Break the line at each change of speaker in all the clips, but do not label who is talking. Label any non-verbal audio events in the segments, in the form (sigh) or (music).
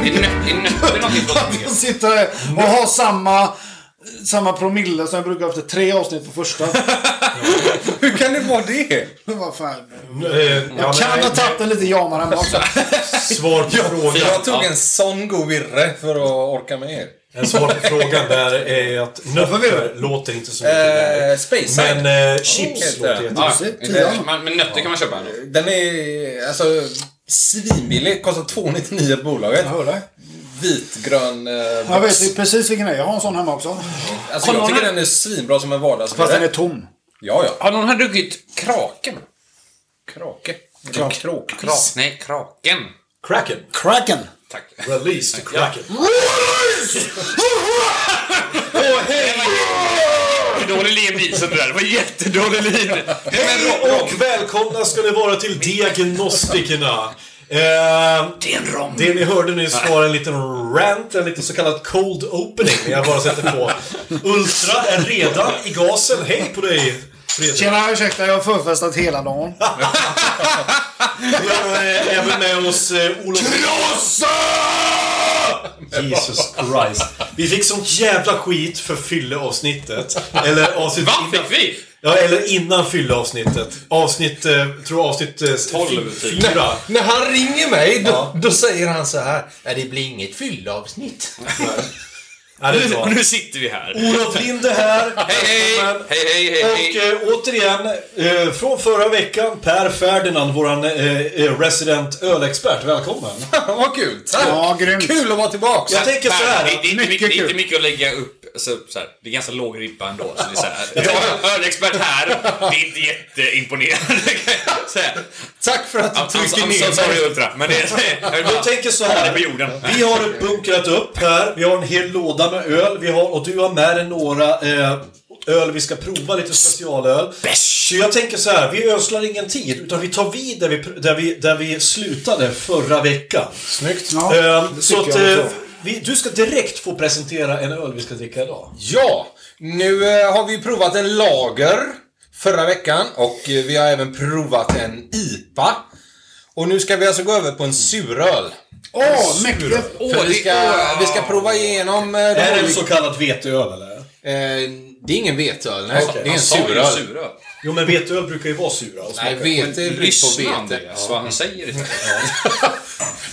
Är det, nö- är det, nö- är det någonting
(laughs)
på
Jag sitter här och har samma, samma promille som jag brukar ha efter tre avsnitt på första. (laughs)
Hur kan det vara det?
Men vad fan.
Eh, ja,
Jag kan
nej,
ha tagit en lite jamare hemma också.
Svar
(laughs)
på
Jag
frågan.
tog en sån god virre för att orka med er.
En svar på frågan där är
(laughs)
att nötter låter inte så mycket.
Eh,
där.
Space Side.
Men
Oh,
eh, chips
heter
låter
det.
jättebra.
Ah.
Ja,
Tio.
man, men nötter kan man köpa ändå.
Den är alltså svinbillig. Kostar 299 på bolaget.
Jag hör dig.
Vitgrön eh,
Jag
box.
vet ju precis vilken det är. Jag har en sån hemma också.
Alltså, jag tycker den är svinbra som en vardagsvirre.
Fast den är tom.
Ja, ja.
Har någon här druckit kraken?
Krake. Eller
Krak.
kråk.
Nej, kraken.
Kraken.
Kraken.
Tack.
Release to Kraken.
Dålig limdieseln det där. Det var jättedålig lim. Det är en
Hej och välkomna ska ni vara till Diagnostikerna. Eh,
Det är en rom.
det ni hörde nyss var en liten rant, en liten så kallad cold opening jag bara sätter på. Ultra är redan i gasen. Hej på dig, Fredrik.
Tjena, ursäkta. Jag har förfestat hela dagen.
Vi har eh, även med oss eh, Olof... Krossa! Jesus Christ. Vi fick sånt jävla skit för fylleavsnittet. Eller avsnitt...
Vad fick vi?
Ja, eller innan fylleavsnittet. Avsnitt, eh, tror jag avsnitt... Eh,
12 typ.
Fyra.
När han ringer mig, då,
Ja.
då säger han så här. Nej, det blir inget (laughs) fyllavsnitt.
Ja, det är bra.
Nu, nu sitter vi här.
Olof Linde här.
Hej, hej! Hej, hej, hej,
Och
hej!
eh, återigen, eh, från förra veckan, Per Ferdinand, våran eh, eh, resident ölexpert. Välkommen!
Vad kul! Tack!
Ja, grymt.
Kul att vara tillbaka!
Jag tänker så här.
Det, det, är inte mycket, det är inte
kul.
mycket att lägga upp. Alltså, så här, det är ganska låg ribba ändå. Så det är så här, jag är ölexpert här. Det är inte jätteimponerande. (laughs) kan jag säga.
Tack för att du
I'm, I'm,
trycker
I'm so
ner
sorry
mig.
Ultra, men det är... Jag vill bara-
Jag tänker så
Det
här.
är på jorden.
Vi har bunkrat upp här. Vi har en hel låda med öl. Vi har, och du har med dig några eh, öl vi ska prova, lite specialöl. Så jag tänker så här, vi ödslar ingen tid, utan vi tar vid där vi, pr- där vi, där vi slutade förra veckan.
Snyggt!
Ja,
Eh,
det
så
tycker
att
jag
eh,
också.
vi, du ska direkt få presentera en öl vi ska dricka idag.
Ja, nu eh, har vi provat en lager förra veckan och eh, vi har även provat en IPA. Och nu ska vi alltså gå över på en suröl.
Åh, mäktigt.
För vi ska, vi ska prova igenom... eh,
Är det en
olika-
så kallad veteöl eller?
Eh, det är ingen veteöl, nej.
Okej,
det är en
Han sa ju
suröl.
suröl.
Jo men veteöl brukar ju vara sura och
Nej,
smaka.
vete är bryggt på
Lyssna
vete.
Andreas, vad han säger istället.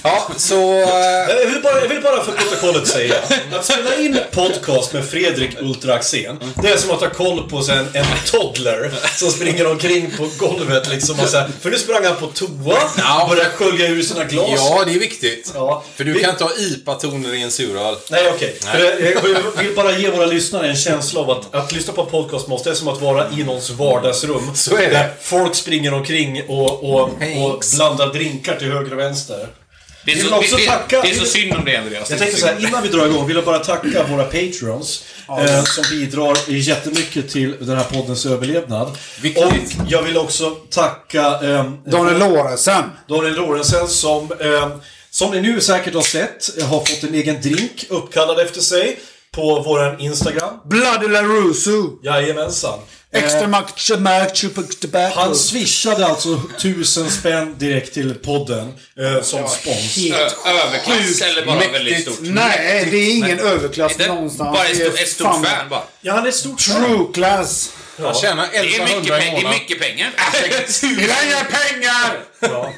Ja, så... eh,
Jag vill, bara, jag vill bara för protokollet säga att spela in podcast med Fredrik Ultra Axén, det är som att ha koll på så en, en toddler som springer omkring på golvet liksom och så här, För nu sprang han på toa och började skölja ur sina glas.
Ja, det är viktigt.
Ja.
För du
Vi-
kan inte ha IPA-toner i en suröl.
Nej okej, För eh, jag- jag vill bara ge våra lyssnare en känsla av att, att lyssna på en podcast måste är som att vara i någons vardagsrum.
Så är det.
Där folk springer omkring och, och, och
Thanks.
blandar drinkar till höger och vänster.
Det är
Vi
så-
vill också
det- det-
tacka-
Det är så synd om det Andreas.
Jag tänkte så här, innan vi drar igång vill jag bara tacka våra patrons eh, som bidrar jättemycket till den här poddens överlevnad.
Viktigt.
Och jag vill också tacka eh,
Daniel Lorentzen.
Daniel Lorentzen som, eh, som ni nu säkert har sett, eh, har fått en egen drink uppkallad efter sig på våran Instagram.
Bloody LaRusso.
Jajamensan. Eh,
Extra match, match, tobacco.
han swishade alltså tusen spänn direkt till podden eh, som spons.
Ö- Överklass eller bara
mäktigt.
väldigt stort?
Nej, det är ingen överklass
Det är
någonstans.
Bara ett
Det är
stort, ett stort
fan
fan bara.
Ja, han är ett stort
True class.
Han tjänar
Det är
1100
mycket,
i
pe- det är
månaden.
mycket pengar.
(laughs)
Inga pengar!
Ja.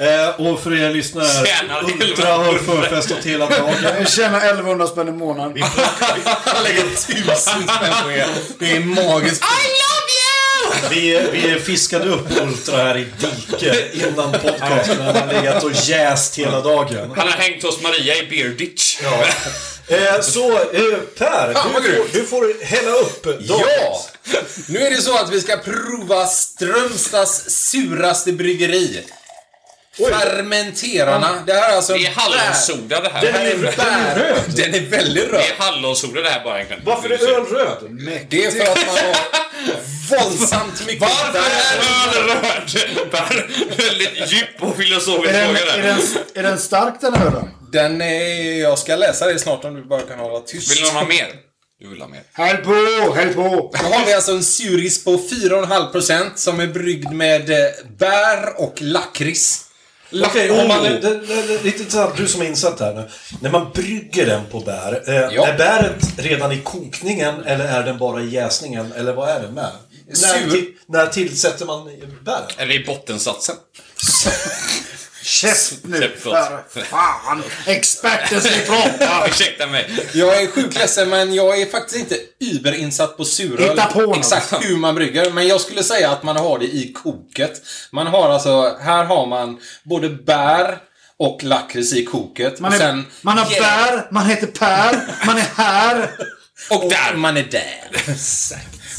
Eh, och för er lyssnare,
Tjänar
Ultra har förfestat hela (laughs) dagen.
Jag tjänar 1100 spänn i månaden.
Han lägger tusen spänn på er. Det är
(laughs)
magiskt.
I love you!
Vi, vi fiskade upp Ultra här i diket innan podcasten. Han har legat och jäst hela dagen.
Han har hängt hos Maria i Beer Ditch.
Eh, så eh, Per,
Fan, vad
du,
grymt.
får, du får hälla upp dagens.
Ja! Nu är det så att vi ska prova Strömstads suraste bryggeri. Fermenterarna. Det här är alltså...
Det är hallonsoda det här.
Den är-
Den är röd. (laughs) Den är väldigt
Det
röd.
är hallonsoda det här bara egentligen.
Varför är öl röd?
Det är för att man
(laughs)
har våldsamt mycket
Varför
bär.
är öl röd? Per, väldigt djup och filosofisk
Är den,
fråga
är,
där.
den, är den stark den här ölen?
Den är... Jag ska läsa det snart om du bara kan hålla tyst.
Vill någon ha mer? Du vill ha mer.
Häll på, häll på!
Då har vi alltså en suris på 4,5% som är bryggd med eh, bär och lakrits.
Okej, om
oh.
man, det,
Lakrits.
det, det, det är lite intressant, du som är insatt här nu. När man brygger den på bär, eh,
Ja.
är bäret redan i kokningen eller är den bara i jäsningen? Eller vad är det med? När,
Sur.
till, när tillsätter man bären?
Eller i bottensatsen.
Käft nu!
Käft, förlåt.
För fan! Experten ska prata!
Ursäkta mig.
Jag är sjukt ledsen men jag är faktiskt inte überinsatt på suröl.
Hitta på något.
Exakt hur man brygger. Men jag skulle säga att man har det i koket. Man har alltså, här har man både bär och lakrits i koket.
Man,
och
är,
sen
man har
jäst-
bär, man heter Per, man är här.
Och, där man är där.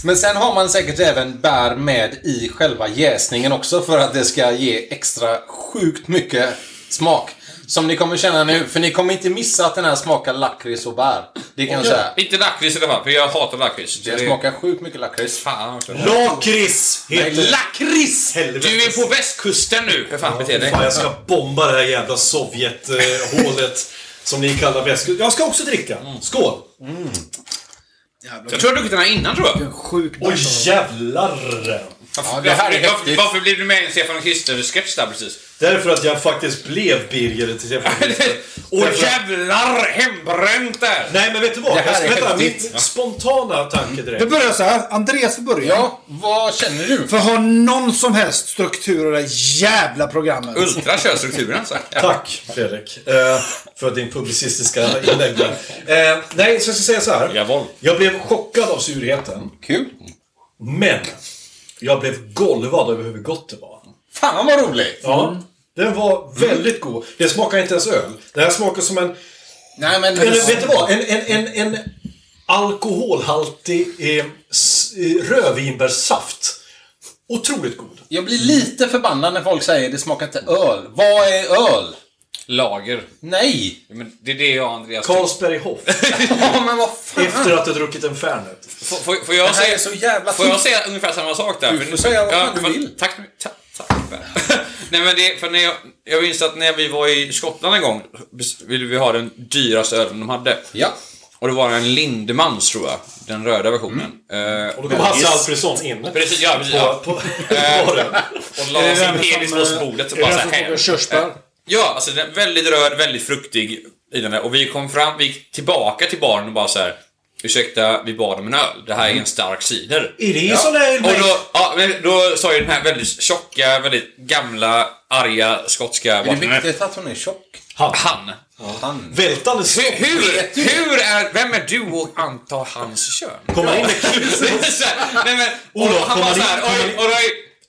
Men sen har man säkert även bär med i själva jäsningen också för att det ska ge extra sjukt mycket smak. Som ni kommer känna nu, för ni kommer inte missa att den här smakar lakrits och bär. Det kan jag säga.
Inte lakrits i alla fall, för jag hatar lakrits. Så
Det smakar sjukt mycket lakrits.
Fan också.
Lakrits heter det.
Lakrits!
Helvete.
Du är på västkusten nu, för fan bete dig.
Fan, jag ska bomba det här
(laughs)
jävla Sovjet-hålet som ni kallar västkust. Jag ska också dricka.
Mm.
Skål!
Jag tror jag druckit den här innan tror jag.
Sjukt.
Oj jävlar!
Ja, det här är
Varför-
häftigt.
Varför blev du med i en Stefan och Krister-sketch där precis?
Därför att jag faktiskt blev Birger till Stefan
(laughs)
Krister.
Åh
Därför att-
jävlar, hembränt där!
Nej men vet du vad?
Det här
Jag-
är
Vänta,
häftigt.
min spontana tanke direkt.
Det börjar så här. Andreas får börja.
Ja, vad känner du?
För har någon som helst struktur i det här jävla programmet.
Ultra kör strukturen alltså.
Tack Fredrik eh, för din publicistiska inlägg där. eh, Nej, så jag ska säga så här.
Jawohl.
Jag blev chockad av surheten,
Kul.
men jag blev golvad över hur gott det var.
Fan vad roligt!
Ja, Mm. den var väldigt god. Det smakar inte ens öl. Det här smakar som en...
Nej men...
Eller vet du vad? En, en, en, en alkoholhaltig eh, s- eh, rödvinbärssaft. Otroligt god.
Jag blir lite förbannad när folk säger det smakar inte öl. Vad är öl?
Lager.
Nej!
Men det är det jag och Andreas (laughs)
Carlsberghof.
Ja men vad fan!
Efter att ha druckit en Fernet.
Får, får, får jag
Det här
säga,
är så jävla
får jag
tips.
säga ungefär samma sak där?
Du får säga vad fan du
men-
vill.
Tack så mycket. Ta, tack, (laughs) Per. Nej men det, för när jag, jag minns att när vi var i Skottland en gång bes- ville vi ha den dyraste ölen de hade.
Ja.
Och det var en Lindemans tror jag, den röda versionen.
Mm.
Eh,
Och då kom Hasse Alfredsson in.
Precis, ja, precis, ja.
På, på, på den.
och la sin penis på bordet och bara så här.
Eh,
körsbär?
Ja, alltså den är väldigt röd, väldigt fruktig i den där. Och vi kom fram, vi gick tillbaka till baren och bara så här. Ursäkta, vi bad om en öl. Det här är en stark cider.
Mm. Är det sån där
Och då, ja, men då sa ju den här väldigt tjocka, väldigt gamla, arga skotska
Är det
bartendern,
viktigt att hon är tjock?
Han.
Han.
Vältande
Hur,
sopp.
hur, hur är... Vem är du och antar hans
(laughs)
kön?
Kommer in med
Det (laughs)
kusen.
är så här, Nej men, och
Olof,
han
kom
var
dit,
såhär
kom
oj,
dit."
oj,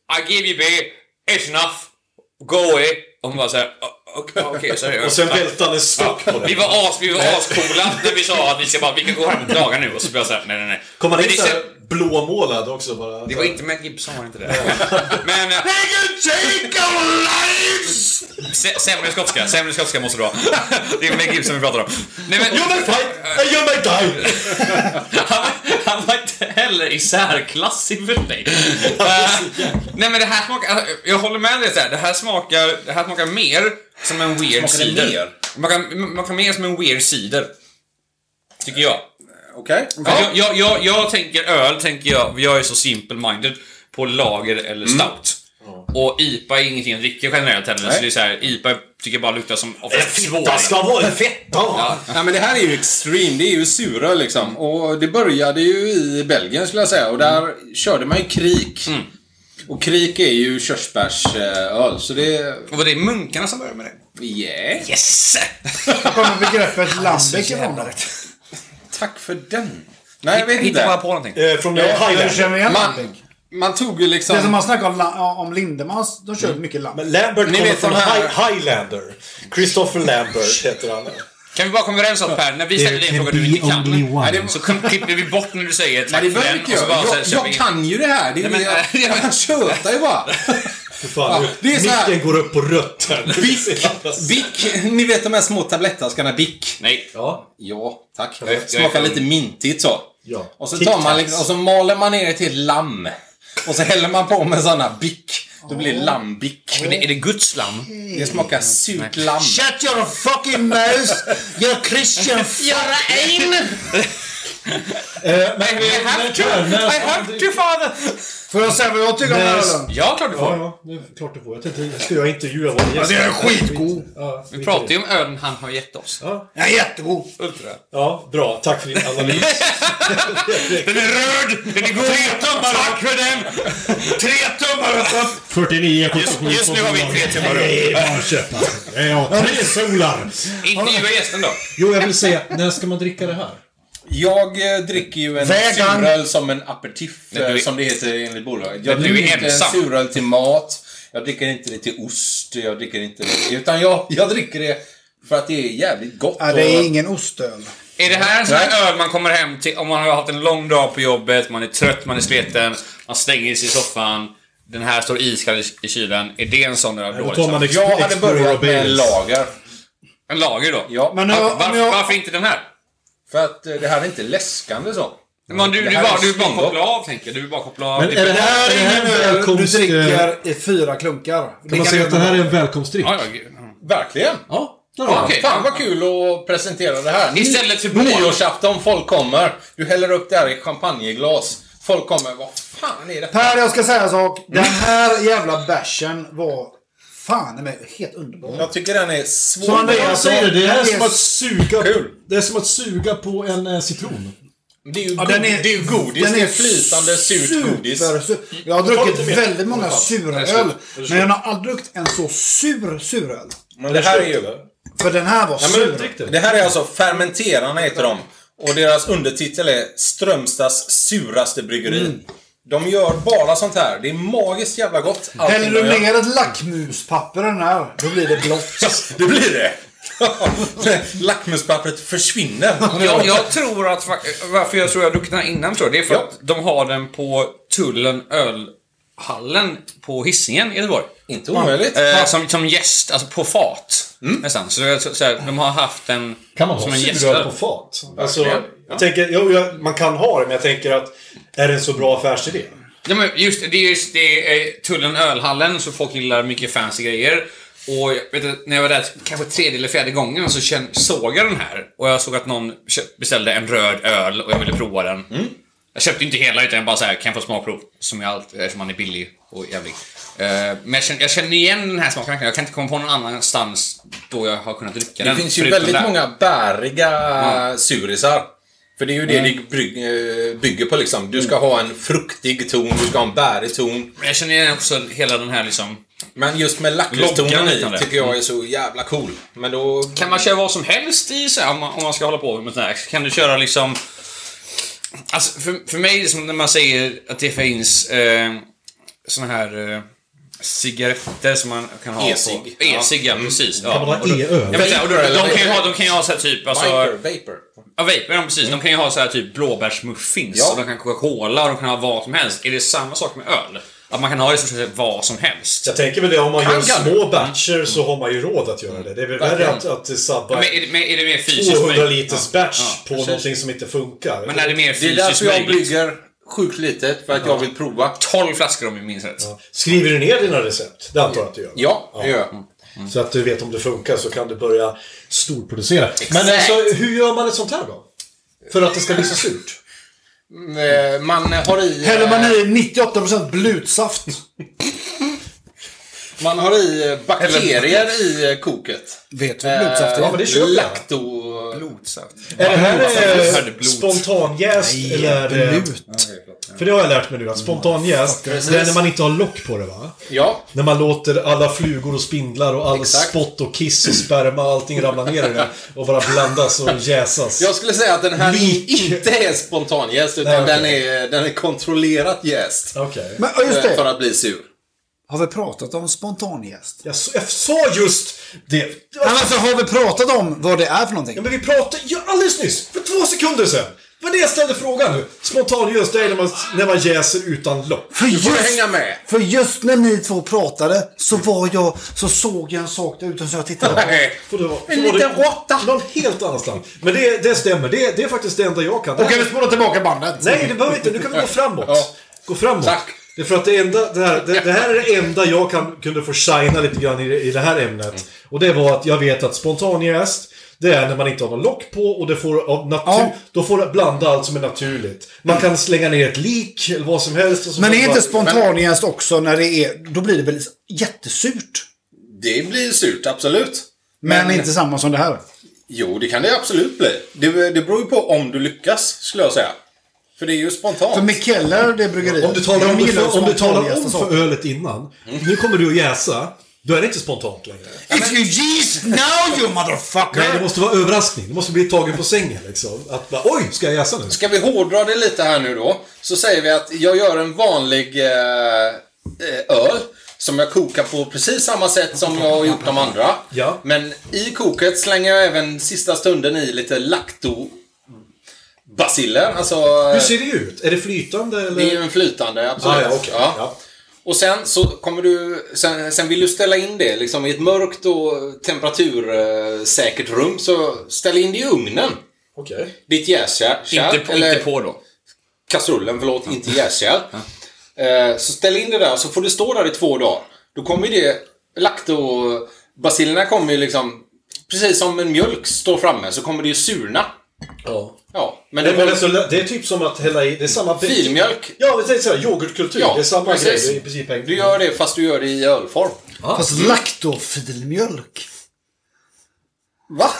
oj, I give you beer, it's enough, go away. Och hon bara såhär, "O- okej, okej, sorry.
Och sen vältande stock på
Vi
den.
var as, vi var ascoola när vi sa att vi ska bara, vi kan gå hem dagar nu. Och så blev jag såhär, nej nej nej.
Kommer
Men
han in
det,
såhär blåmålad också bara?
det var inte Mel Gibson var inte det. Men... eh, Sä- Sämre skotska, sämre skotska måste du ha. Det är Mel Gibson vi pratar om. Nej men...
Gör mig fight! Gör mig die!
han, han var inte heller i särklass i för dig. Eh, nej men det här smakar, alltså, jag håller med dig så här. det här smakar, det här smakar mer som en weird
Smakar det
cider.
mer?
Man kan, man kan mer som en weird cider. Tycker jag.
Okej.
Jag, jag, jag, jag tänker öl, tänker jag, jag är så simple-minded på lager
Mm.
eller stout. Och IPA är ingenting jag dricker generellt heller, så
Nej.
det är så här, IPA tycker jag bara luktar som oftast
Fitta ska vara en fetta!
Nej men det här är ju extreme, det är ju sura liksom. Och det började ju i Belgien skulle jag säga och där körde man ju krik. Och krik är ju körsbärsöl så det...
Och var det munkarna som började med det?
Yeah.
Yes!
Var kommer begreppet lambic ifrån då?
Tack för den. Nej jag vet
Hitta bara
inte.
på någonting.
Eh, Från eh,
Hur
Highland.
känner vi igen
Man-
lambic?
Man tog ju liksom...
Det är som man snackar om, La- om Lindemans. De kör mycket lamm.
Mm. Men Lambert
Ni
kommer
vet
från
de här-
High- Highlander. Christopher Lambert heter han.
Kan vi bara komma överens om Per, när vi ställer dig en
can
fråga du
be
inte kan.
only one.
Nej, det- Så kom- klipper vi bort när du säger
Nej,
tack
det
för
behöver
den.
inte
och så
jag.
bara så här
Jag,
kör vi
jag
in.
kan ju det här. Det är
Nej, men- (laughs)
jag, jag tjötar ju bara.
Fy Fan,
Ja, det är så här-
Micken går upp på rött här.
Bic, Bic, ni vet de här små tablettaskarna Bic?
Nej.
Ja.
Ja, tack.
jag är
Smakar
kung.
lite mintigt så.
Ja.
Och så
Tic
tar man
Tacs.
liksom, och så maler man ner till lamm. Och så häller man på med såna Bic. Då blir det lammbic.
Men är det Guds lamm?
Det smakar surt lamm.
Shut your fucking mouth!
(laughs)
You're Christian
Göra ein!
Eh, men, men,
I have to! I have to, father!
Får jag säga vad jag tycker om den här
Yes.
ölen?
Ja, klart du
Ja,
får.
ja, det är klart du får. Jag tänkte, ska jag intervjua vår gäst?
det är skitgod.
Ja, skit i
Vi
det.
pratar ju om ölen han har gett oss.
Den är jättegod.
Ultra.
Ja, bra. Tack för din analys.
Den är röd! Den är god! Tre tummar Tack för den! Tre tummar upp!
49, 77,
Just nu har vi tre tummar upp.
Nej, bara köpa. Det är jag. Tre solar.
Intervjua gästen då.
Jo, jag vill säga, när ska man dricka det här?
Jag eh, dricker ju en
Vegan.
suröl som en aperitif,
Nej, du är-
eh, som det heter enligt bolaget. Jag
Men du är
dricker inte
ensam.
en suröl till mat. Jag dricker inte det till ost. Jag dricker inte det. Utan jag, jag dricker det för att det är jävligt gott.
Ja, det
och-
är ingen ostöl.
Är det här en sån
Nej.
här öl man kommer hem till om man har haft en lång dag på jobbet, man är trött, man är sliten, man stänger sig i soffan, den här står iskall i, i kylen. Är det en sån öl då?
Då tar man
Liksom?
ex-
Jag hade
Explorer
börjat med
Beers.
lager.
En lager då?
Ja,
Men nu-
Varför,
om jag-
varför, varför inte den här?
för att eh, det här är inte läskande så.
Men du,
Det
du,
här
bara,
är
du bara
svingott.
koppla av, tänker jag. Du vill bara koppla av.
Men är det här, är det här en
Du
välkomst... eh,
dricker i fyra klunkar.
Kan man säga att det här är en välkomstdryck?
Ja, ja, gud.
Verkligen.
Ja.
Fan,
Okej.
fan vad kul att presentera det här. Ny-
Istället för bål.
Nyårsafton, folk kommer. Du häller upp det här i champagneglas. Folk kommer. Vad fan är det?
Per, jag ska säga en sak. Den här jävla bärsen var fan i mig helt underbar.
Jag tycker den är svår.
Så Andreas-
Jag säger det, det här är som att suga...
Kul.
Det är som att suga på en eh, citron.
Det är ju,
Ja,
go- det är ju godis. det är flytande surt
super,
godis.
sur- Jag har
Ta
druckit
lite mer.
väldigt många suröl. Men jag har aldrig druckit en så sur suröl.
Men det här är ju...
För den här var sur.
drick det.
Det här är alltså Fermenterarna heter de. Och deras undertitel är Strömstads suraste bryggeri. De gör bara sånt här. Det är magiskt jävla gott. allting
Häller
de gör.
du ner ett lackmuspapper i den här, då blir det blått.
Det blir det! (laughs) Lackmuspappret försvinner.
Jag, jag tror att... fa- Varför jag tror jag har druckit den här innan tror jag, det är för
Ja.
att de har den på Tullen ölhallen på Hisingen i Göteborg.
Inte omöjligt.
Eh, som, som gäst, alltså på fat. Nästan. Så, det är så, så här, de har haft en...
Mm. Kan man
som
ha
en
suröl
gästöl.
på fat? Alltså,
Verkligen.
jag tänker, jo, jag, man kan ha det, men jag tänker att är det en så bra affärsidé?
Ja, men just det, det är just det är eh, Tullen ölhallen, så folk gillar mycket fancy grejer. Och jag vet att när jag var där kanske tredje eller fjärde gången så känn, såg jag den här. Och jag såg att någon köpt, beställde en röd öl och jag ville prova den.
Mm.
Jag köpte inte hela utan jag bara så här, kan jag få smakprov? Som jag alltid, eftersom man är billig och jävlig. Eh, men jag känner, jag känner igen den här smaken, jag kan inte komma på någon annanstans då jag har kunnat dricka
Det
den.
finns ju
förutom
väldigt
där. Mm.
många bäriga surisar. För det är ju det det bryg- eh, bygger på liksom. Du ska
Mm.
ha en fruktig ton, du ska ha en bärig ton.
Men Jag känner igen också hela den här liksom...
Men just med
Loggan
lackmustonen
liknande.
i tycker jag är så jävla cool. Men då...
Kan man köra vad som helst i så här, om, man, om man ska hålla på med sånt här? Kan du köra liksom... Alltså, för, för mig, som när man säger att det finns eh, såna här eh, cigaretter som man kan ha på...
E-cig. Mm.
E-cig, ja. precis. Ja.
Kan man ha
Och då-
e-öl?
Ja, men, så här, och då-
Vapor
de, kan ju
eller-
ha, de kan ju ha så här typ... Alltså,
Viper, vapor.
ja, vapor, ja, precis. De kan ju ha så här typ blåbärsmuffins.
Ja.
Och de kan ha Coca-Cola och de kan ha vad som helst. Är det samma sak med öl? Att man kan ha i stort sett vad som helst?
Jag tänker väl det, om man
Kan
gör
jag?
små batcher så har man ju råd att göra det. Det är väl värre
Verkligen.
att, att sabba
Men är, det- men är det mer fysiskt
200
möjligt?
liters batch på
Precis.
någonting som inte funkar.
Men är det mer
Det är
fysiskt
därför jag
möjligt?
brygger sjukt litet, för att jag vill prova.
12 flaskor om jag minns rätt.
Skriver du ner dina recept? Det antar jag att du gör? va?
Ja, det gör jag.
Så att du vet om det funkar så kan du börja storproducera. Men alltså, hur gör man ett sånt här då? För att det ska bli så surt?
Mm, eh, Man har i... eh,
Häller man i 98% blutsaft.
Man har i eh, bakterier i eh, koket.
Vet vi blodsaft
Eh,
Ja, men det köper jag.
Lakto...
Blodsaft.
Är det
Blodsaft.
här eh,
Blod.
spontanjäst eller... eh, För det har jag lärt mig nu, att spontanjäst, det är när man inte har lock på det va?
Ja.
När man låter alla flugor och spindlar och all
Exakt.
spott och kiss och sperma och allting ramla ner i det och bara blandas och jäsas.
Jag skulle säga att den här
Lik.
inte är spontan jäst utan
Nej, okej.
den, är, den är kontrollerat jäst.
Okej.
Men ja, just
eh, För
det.
att bli sur.
Har vi pratat om spontanjäst?
Jag, s- jag sa just det.
Nej, men alltså, har vi pratat om vad det är för någonting?
Ja, men vi pratade ju alldeles nyss, för två sekunder sedan. Det var det jag ställde frågan nu. Spontanjäst, det är när man, när man jäser utan lock.
För
får du hänga med.
för just när ni två pratade så var jag, så såg jag en sak där ute som jag tittade på.
Får det vara-
En
så var det
liten råtta.
Någon helt annanstans. Men det, det stämmer, det, det är faktiskt det enda jag kan.
Och kan vi spola tillbaka bandet?
Nej, det behöver vi inte. Nu kan vi gå framåt.
Ja.
Gå framåt.
Tack.
Det är för att det, enda, det, här, det, det här är det enda jag kan, kunde få shina lite grann i, det- i det här ämnet. Och det var att jag vet att spontanjäst, det är när man inte har någon lock på och det får av natur,
Ja.
då får det blanda allt som är naturligt. Man kan slänga ner ett lik eller vad som helst. Och så
Men
får
är
det
inte
bara-
spontanjäst också när det är, då blir det väl jättesurt?
Det blir surt, absolut.
Men, inte samma som det här.
Jo, det kan det absolut bli. Det, det beror ju på om du lyckas, skulle jag säga. För det är ju spontant.
För Mikeller, det bryggeriet.
Om du talar om,
de
det
gillar ju
för, om, du talar
spontanjästa
om
saker.
för ölet innan, nu kommer du att jäsa, då är det inte spontant längre.
If you yeast now you motherfucker!
Nej, det måste vara överraskning. Det måste bli tagen på sängen liksom. Att bara, oj, ska jag jäsa nu?
Ska vi hårdra det lite här nu då? Så säger vi att jag gör en vanlig eh, eh, öl som jag kokar på precis samma sätt som jag har gjort de andra.
Ja.
Men i koket slänger jag även sista stunden i lite lactobaciller. Alltså, eh,
Hur ser det ut? Är det flytande eller?
det är ju en flytande, absolut.
Ah, ja, okej.
Ja.
Ja.
Och sen så kommer du, sen, sen vill du ställa in det liksom i ett mörkt och temperatursäkert rum. Så ställ in det i ugnen.
Okej.
Ditt jäskärl.
Inte, på,
eller-
inte på då.
kastrullen, förlåt, inte jäskärl. Eh, Så ställ in det där så får det stå där i två dagar. Då kommer ju det, lactobacilerna kommer ju liksom, precis som en mjölk står framme, så kommer det ju surna.
Ja.
Ja, men
Nej,
det
men
var
alltså, det är typ som att hälla i... Det är samma...
filmjölk.
Ja, men det är så här, yoghurtkultur.
Ja,
det är samma
precis.
grej. Det är i princip en...
Du gör det fast du gör det i ölform.
Fast laktofilmjölk.
Va?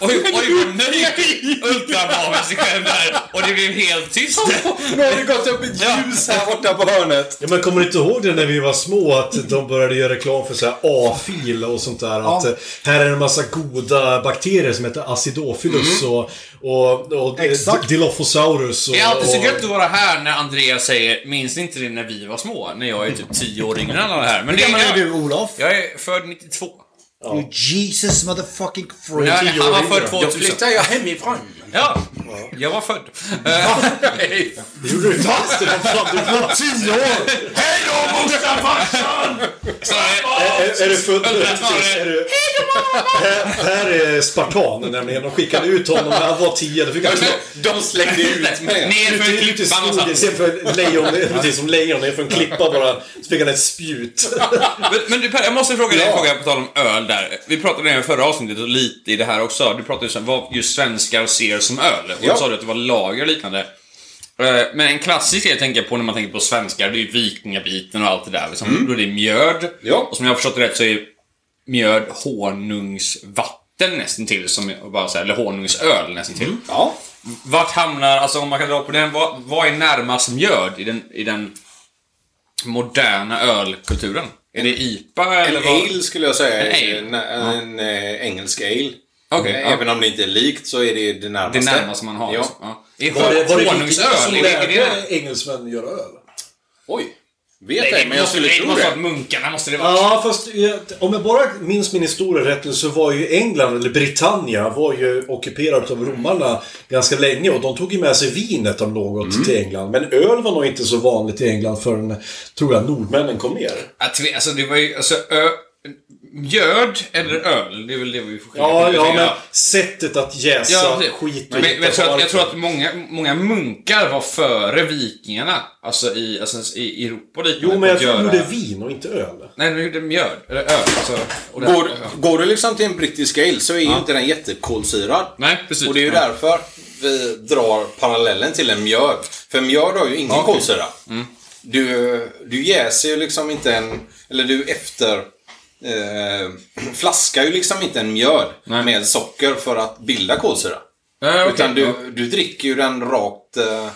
Oj, oj, vad (laughs) nöjd Ultran var med sig själv där. Och det blev helt tyst.
(laughs) Nu har det gått upp ett ljus här borta på hörnet.
Ja, men kommer du inte ihåg det när vi var små? Att de började göra reklam för så här A-fil och sånt där. Att
Ja.
eh, här är en massa goda bakterier som heter acidophilus och, och, och eh,
Exakt.
Dilophosaurus. Och,
Det är alltid så
och-
gött att vara här när Andreas säger “Minns ni inte det när vi var små?” När jag är typ 10 år yngre än alla här. Men det
Gammal är
är
du,
jag.
Olof?
Jag är född 92.
You Jesus motherfucking
Nej,
freak.
han var född
Då
2000.
flyttar jag hemifrån.
Ja, jag var född. Eh, (laughs)
Det gjorde du inte alls det. Vad fan, du-
På tio år!
Hej då morsan, farsan!
Är, är du född
Eller
Precis,
snarare-
är du... här, här är Spartan nämligen. De skickade ut honom när han var 10. Då fick han
De slängde ut mig.
Ner för
ut i
klippan
skogen
någonstans.
istället för ett lejon. Precis som lejon. Det är för en klippa bara. Så fick han
(laughs)
ett spjut.
Men, men du Per, jag måste fråga dig en
Ja.
fråga på tal om öl där. Vi pratade i förra avsnittet och lite i det här också. Du pratade ju om vad just svenskar ser som öl. Och då
Ja.
sa du att det var lager och liknande. Eh, Men en klassisk grej att tänka på när man tänker på svenskar, det är ju vikingabiten och allt det där. Liksom. Då är det mjöd.
Mm. Ja.
Och som jag har förstått det rätt så är mjöd honungsvatten nästintill, som jag bara säger, eller honungsöl nästintill.
Ja.
Vart hamnar, alltså om man kan dra på den, vad, vad är närmast mjöd i den, i den moderna ölkulturen? Är det IPA eller
En
vad?
ale skulle jag säga.
ale?
En, en, eh, engelsk ale.
Okej,
Eh,
ja.
Även om det inte är likt så är det det
Det
närmaste.
närmaste man har.
Ja.
liksom. Ja. Är
Var det, var det vikingarna
honungsöl?
som
Är det, är det,
lärde engelsmän göra öl?
Oj. Vet
Nej,
ej,
det
men jag
måste,
skulle
det
tro
måste
det.
varit munkarna, måste det vara.
Ja, fast eh, om jag bara minns min historia rätt nu så var ju England, eller Britannia, var ju ockuperat av romarna ganska länge och de tog ju med sig vinet om något
Mm.
till England. Men öl var nog inte så vanligt i England förrän, tror jag, nordmännen kom ner.
Att vi, alltså, det var ju, alltså, ö, mjöd eller öl, det är väl det vi får skilja
Ja,
på.
ja, men sättet att jäsa
Ja, precis.
skit och
men, men jag, tror att, jag tror
hitta
att många, många munkar var före vikingarna. Alltså i, alltså, i Europa och liknande.
Jo, men
på
jag
att
tror de
göra-
gjorde vin och inte öl.
Nej, de gjorde mjöd. Eller öl. Alltså, och det-
Går, går du liksom till en brittisk ale så är ju inte den jättekolsyrad.
Nej, precis.
Och det är ju
Ja. Mm.
därför vi drar parallellen till en mjöd. För mjöd har ju ingen kolsyra. Du, du jäser ju liksom inte en... Eller du efter... Eh, flaskar ju liksom inte en mjöl
Nej.
med socker för att bilda kolsyra.
Nej, okej.
Utan
Ja.
du, du dricker ju den rakt eh,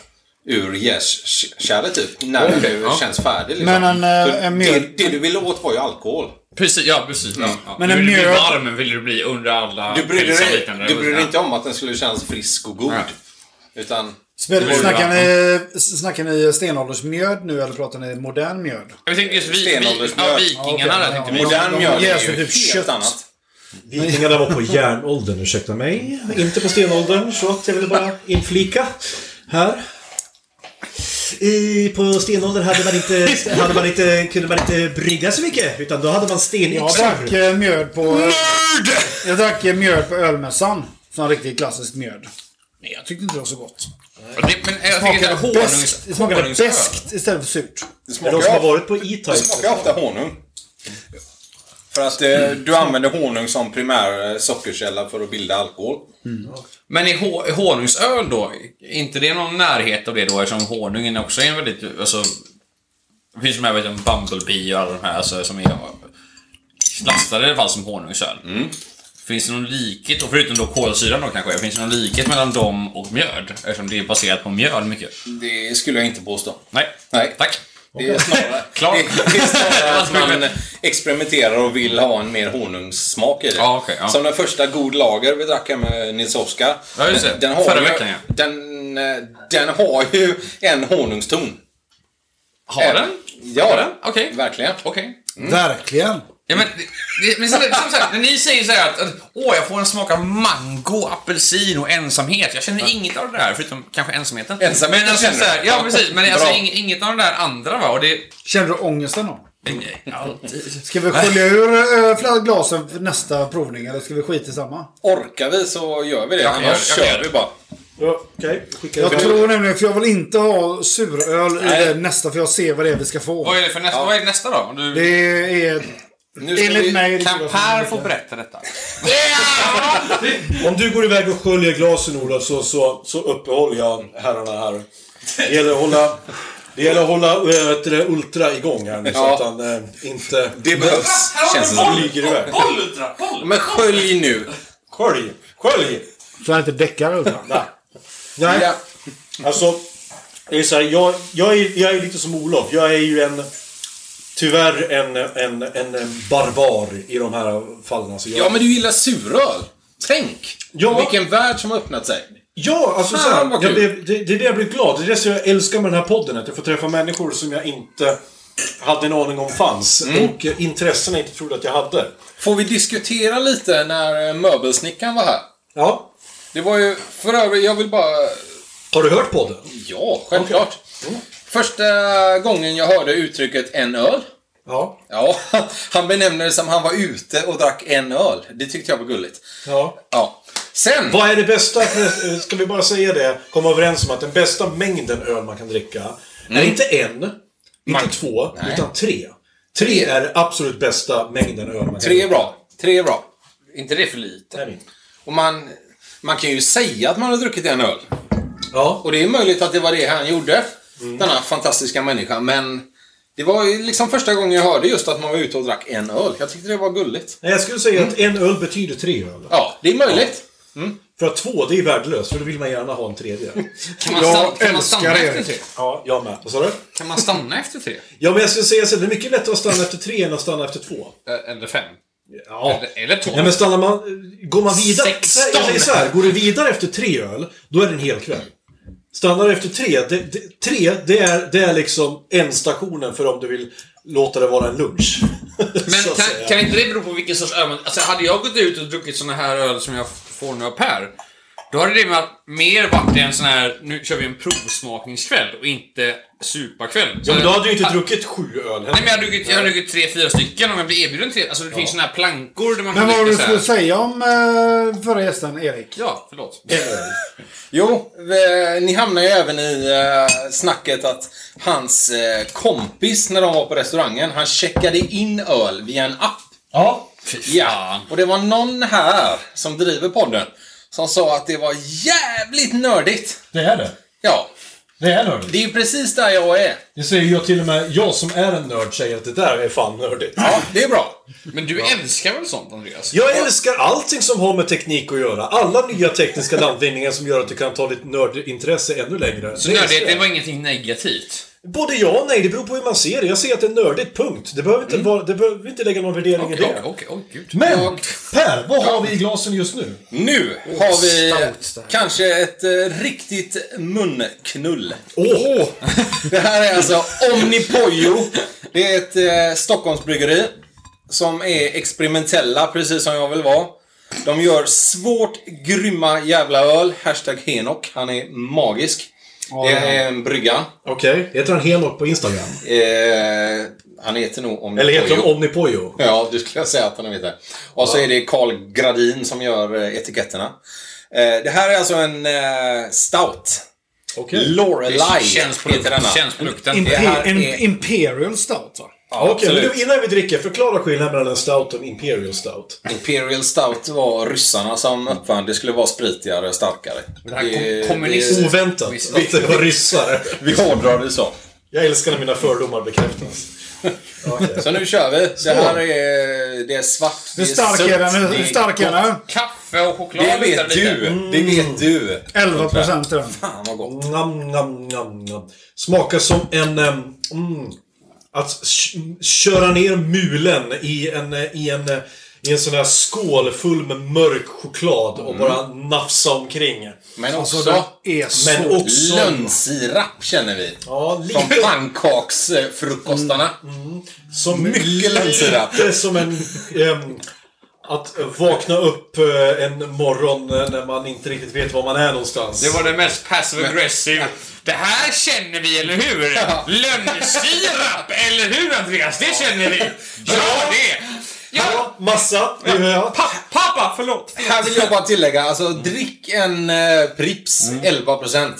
ur jäskärlet typ. När du
ja.
känns färdig liksom.
Men en, eh,
För
en
det,
mjöl-
det du ville åt var ju alkohol.
Precis, ja precis. Ja. Ja.
Men
du
en
vill bli
mjöl-
varm vill du bli under alla
Du brydde
pälsar och
dig,
liknande.
du brydde dig
Ja.
inte om att den skulle kännas frisk och god.
Nej.
Utan...
Det var ju
Snackar ni, snackar ni stenåldersmjöd nu eller pratar ni modern mjöd?
Jag tänkte just vi, vi,
Stenåldersmjöl.
ja, vikingarna där tänkte vi.
Modern
de
mjöl är
jäser
ju
typ
helt
kött.
annat.
Vikingarna var på järnåldern, ursäkta mig. Inte på stenåldern, så att jag ville bara inflika här. I, på stenåldern hade man inte, hade man inte, kunde man inte brygga så mycket. Utan då hade man
Jag
stenyxor.
drack eh, mjöd på... Jag drack eh, mjöd på ölmässan. Som riktigt klassiskt mjöd. Nej, jag tyckte inte det var så gott.
Ja, det- Men jag tänker såhär,
Smakade
honungs,
beskt- Det smakade
honungsöl.
beskt istället för surt.
Det
För
smakar,
de som har
ofta,
varit på E-Type.
det smakar ofta honung. För att eh, du använder honung som primär eh, sockerkälla för att bilda alkohol.
Men är ho- är honungsöl då, är inte det någon närhet av det då eftersom honungen också är en väldigt, alltså... Det finns de här, vet du, Bumblebee och alla de här alltså, som är klassade i alla fall som honungsöl. Finns det någon likhet, och förutom då kolsyran då kanske, finns det någon likhet mellan dem och mjöd? Eftersom det är baserat på mjöl mycket.
Det skulle jag inte påstå.
Nej.
Nej.
Tack.
Det är snarare,
(laughs) Klart.
det, det är snarare
(laughs)
att
Alltså,
man experimenterar och vill ha en mer honungssmak i det.
Ja, okej, ja.
Som den första God Lager vi drack här med Nils Oskar.
Ja, just det.
Den har
Förra
ju,
veckan, ja.
Den, eh, den har ju en honungston.
Har den?
Ja, den.
Okej.
Verkligen.
Okej.
Mm.
Verkligen.
Ja, men, det- det, men som, som sagt, när ni säger så här att, att åh, jag får en smak av mango, apelsin och ensamhet. Jag känner inget av det där, förutom kanske ensamheten.
Ensamheten
men alltså,
känner
så här,
du?
Ja, precis. Men alltså,
Bra.
ing, inget av det där andra, va. Och det...
Känner du ångesten då?
Alltid.
Ska vi skölja ur eh, flera glasen för nästa provning eller ska vi skita i samma?
Orkar vi så gör vi det.
Jag kan göra-
Annars
jag kan
kör
göra
vi
det.
bara.
Ja, Okej, skicka
Jag
det.
tror nämligen, för jag vill inte ha suröl i
Nej.
det nästa för jag ser vad det är vi ska få.
Vad är det för nästa, vad är det nästa då? Om Du,
Det är...
Nu ska
Enligt
vi-
mig... är det
kan
inte vad som
Per
är
få
mycket.
berätta detta?
Om du går iväg och sköljer glasen Olof så, så, så uppehåller jag herrarna här. Det gäller att hålla, det gäller att hålla äh, vet du det, Ultra igång här nu så
Ja.
att han eh, inte...
Det behövs, känns det som.
Flyger iväg.
Boll, Ultra! Boll!
Men skölj nu.
Skölj! Skölj!
Så han inte däckar utan.
Nej.
Ja.
Alltså, det är så här, jag, jag, är, jag är lite som Olof. Jag är ju en... Tyvärr en, en, en, en barbar i de här fallen. Alltså, jag,
Ja, men du gillar suröl. Tänk!
Ja.
Vilken värld som har öppnat sig.
Ja, alltså
Fan,
så här,
vad
jag
kul.
blev, det, det är det jag blir glad. Det är det som jag älskar med den här podden. Att jag får träffa människor som jag inte hade en aning om fanns.
Mm.
Och eh, intressen jag inte trodde att jag hade.
Får vi diskutera lite när eh, möbelsnickaren var här?
Ja.
Det var ju, för övrigt, jag vill bara...
Har du hört podden?
Ja, självklart.
Mm.
Första gången jag hörde uttrycket en öl.
Ja.
Ja, (laughs) han benämnde det som han var ute och drack en öl. Det tyckte jag var gulligt.
ja.
Ja. Sen...
Vad är det bästa, för- eh, ska vi bara säga det, komma överens om att den bästa mängden öl man kan dricka är
Mm.
inte en, inte två, utan tre. Tre är absolut bästa mängden öl man kan
Tre är
dricka.
bra. Tre är bra. Inte det för lite?
Nej, min.
Och man, man kan ju säga att man har druckit en öl.
Ja.
Och det är möjligt att det var det han gjorde. Denna fantastiska människa. Men det var ju liksom första gången jag hörde just att man var ute och drack en öl. Jag tyckte det var gulligt.
Nej, jag skulle säga att en öl betyder tre öl.
Mm. Ja, det är möjligt.
För att två, det är värdelöst, för då vill man gärna ha
(laughs)
en tredje.
Kan man,
Jag
stanna, kan man stanna
älskar
efter
Erik.
tre?
Ja, jag med. Vad sa du?
Kan man stanna efter tre?
Ja, men jag skulle säga så här, det är mycket lättare att stanna efter tre än att stanna efter två.
Eh, Eller fem?
Ja.
Eller, eller tolv?
Ja, men stannar man... Går man vidare...
Sexton!
Jag säger så här, går du vidare efter tre öl, då är det en hel kväll. Stannar du efter tre, det, det, tre, det är, det är liksom ändstationen för om du vill låta det vara en lunch.
(laughs) Men
Så att
kan,
säga.
kan inte det bero på vilken sorts öl man... Alltså hade jag gått ut och druckit såna här öl som jag får nu av Per. Då hade det med mer varit en sån här, nu kör vi en provsmakningskväll och inte supakväll. Ah,
Ja, men då hade du ju inte druckit sju öl
Nej men
heller.
jag har druckit, jag har druckit tre, fyra stycken om jag blir erbjuden tre. Alltså det finns såna här plankor där man
Men
kan
vad var det du
dricka så
skulle
här.
säga om eh, förra gästen, Erik?
Ja, förlåt.
Jo, eh, ni hamnar ju även i eh, snacket att hans eh, kompis när de var på restaurangen, han checkade in öl via en app.
Ja.
Ja, och det var någon här som driver podden som sa att det var jävligt nördigt.
Det är det.
Ja.
Det är nördigt.
Det är ju precis där jag är.
Det säger jag till och med, jag som är en nörd säger att det där är fan nördigt.
Ja, det är bra.
Men du älskar väl sånt, Andreas?
Jag älskar allting som har med teknik att göra. Alla nya tekniska landvinningar som gör att du kan ta ditt nördintresse ännu längre.
Så
Det älskar jag.
nördigheten var ingenting negativt?
Både ja och nej, det beror på hur man ser det. Jag ser att det är nördigt, punkt. Det behöver inte, vara, det behöver inte lägga någon värdering
Okej,
i det.
okej, okej, oj, gud.
Men, Per, vad har vi i glasen just nu?
Nu har vi
stout stout.
kanske ett eh, riktigt munknull.
Åh!
Det här är alltså Omnipojo. Det är ett eh, Stockholmsbryggeri. Som är experimentella, precis som jag vill vara. De gör svårt grymma jävla öl. Hashtag Henok. Han är magisk. Det är en brygga.
Okej, heter han Henok på Instagram?
Eh, han heter nog Omnipojo.
Eller heter han Omnipojo?
Ja, du skulle jag säga att han heter. Och så är det Carl Gradin som gör eh, etiketterna. Eh, Det här är alltså en eh, stout.
Okej.
Lorelei
Känns
heter denna.
produkten. Känns produkten.
Det här
Imper- en,
är-
Imperial Stout va?
Ja,
Okej, men
absolut.
du, innan vi dricker, förklara skillnaden mellan en stout och en imperial stout.
Imperial Stout var ryssarna som uppfann. Det skulle vara spritigare och starkare.
Det här
Det-
kom- kommunism.
det-
Oväntat att det var ryssar.
Vi hårdrar det så.
Jag älskar när mina fördomar bekräftas. Okej.
Så nu kör vi. Det här är, det är svart.
Hur stark är den? Hur- Hur stark är den?
Kaffe och choklad
Det
luktar
vet
lite.
du. Det vet du.
11 procent är den.
Fan vad gott.
Nam, nam, nam, nam. Smakar som en... em, Mm, att k- köra ner mulen i en, eh, i en, eh, i en sån här skål full med mörk choklad
Mm.
och bara nafsa omkring.
Men också
Så den är så...
Men också...
lönnsirap känner vi.
Ja, lite. Mm,
Som pannkaksfrukostarna.
Som
Mycket lönnsirap.
Lite som en... em, att vakna upp eh, en morgon eh, när man inte riktigt vet var man är någonstans.
Det var det mest passive aggressive. Det här känner vi, eller hur? Lönnsirap, eller hur Andreas? Det känner vi. Ja, det. Ja.
Ja, massa. Ja.
Pa- pappa, förlåt.
Här vill jag bara tillägga, alltså drick en eh, Prips
Mm.
11%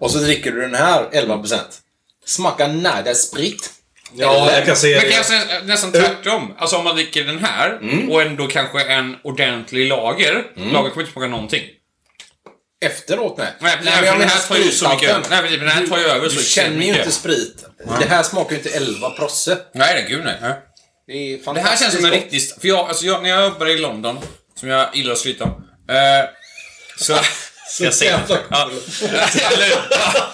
och så dricker du den här 11%. Smaka nada sprit.
ja, jag kan säga
Men kan jag
det.
säga nästan tvärtom? Alltså om man dricker den här och ändå kanske en ordentlig lager. Lager kommer inte smaka någonting.
Efteråt nej.
Nej, men den
menar
här tar ju så mycket
sprithalten.
över. Nej, men den här tar ju över
Du
så
känner ju inte
mycket.
sprit. Det här smakar ju inte 11 prosse.
Nej, nej, gud nej.
Det är
Det här känns som en
fantastiskt
riktig... st- För jag, alltså jag, när jag jobbade i London, som jag gillar att skryta om. Eh, så... (laughs) Ska jag säga
jävla
ja. Eller hur? Ja.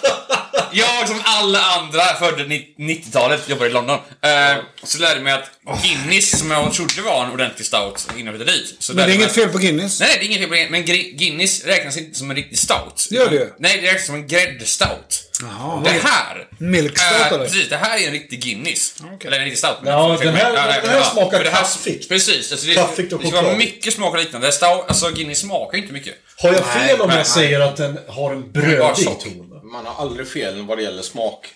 Jag som alla andra födde ni- 90-talet jobbade i London. Eh, så lärde jag mig att Guinness, som jag trodde var en ordentlig stout innan jag flyttade dit. så
Men
lärde
det är
jag mig
inget
att-
fel på Guinness.
Nej, nej, det är inget fel på det. Men Gri- Guinness räknas inte som en riktig stout.
Det gör det ju.
Nej, det räknas som en gräddstout.
Jaha.
Det här!
Milkstout,
är-
eller?
Precis, det här är en riktig Guinness.
Okej.
Eller en riktig stout. men-
Ja, den här-
Ja, nej,
den här
ja.
smakar
För det här-
kaffigt.
Precis. Alltså det,
Kaffigt och
det ska vara
choklad.
mycket smak och liknande. Stout, alltså Guinness smakar ju inte mycket.
Har jag fel
Nej,
om
nej.
jag säger att den har en
Bara
brödig
tjock.
ton?
Man har aldrig fel vad det gäller smak.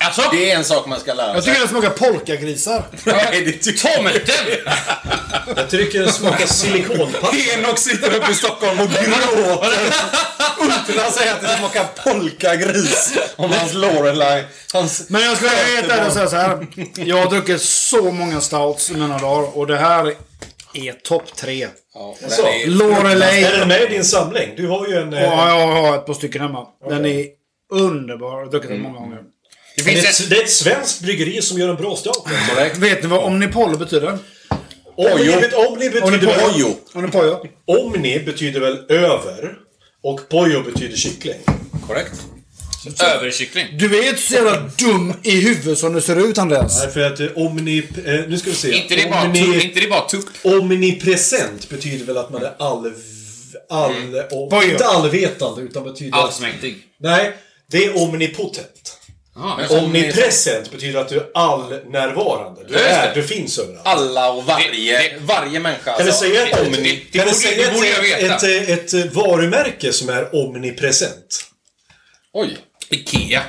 Alltså!
Det är en sak man ska lära
Jag
sig.
tycker den smakar polkagrisar.
Nej, det tycker jag inte.
Tomten!
Jag tycker den smakar silikonpapper.
Henok sitter uppe i Stockholm och gråter. Ultrarna säger att det smakar polkagris om hans Lorelei. Hans...
Men jag ska vara helt ärlig och säga så här. Jag har druckit så många stouts i mina dagar och det här är topp tre.
Ja,
Så.
den är-
Lorelei.
Är den med i din samling? Du har ju en... eh,
Ja, jag har ett par stycken hemma. Den är underbar. Jag har druckit den många
Mm.
gånger.
Det
det, är
finns
ett, det är ett svenskt bryggeri som gör en bra stout.
Vet ni vad omnipol betyder?
Omni,
Ojo.
bet- omni, betyder väl,
Ojo.
Omnipojo.
omni betyder väl över. Och pojo betyder kyckling.
Korrekt.
ett överkyckling.
Du är inte så jävla dum i huvudet som du ser ut Andreas.
Nej, för att eh, omni... Eh, nu ska vi se.
Inte det bara tupp?
omni,
Inte det bara tupp?
omnipresent betyder väl att man är all... all
Mm.
och,
Pojo.
inte allvetande, utan betyder...
Allsmäktig.
Nej, det är omnipotent.
Ah,
Omnipresent betyder att du är allnärvarande. Du
Just
är,
det.
du finns överallt.
Alla och varje.
Det- det-
varje människa. alltså.
Kan du säga ett,
omni.
det
kan du
borde-
säga
det borde jag veta.
ett, ett, ett, ett varumärke som är omnipresent?
Oj.
Ikea.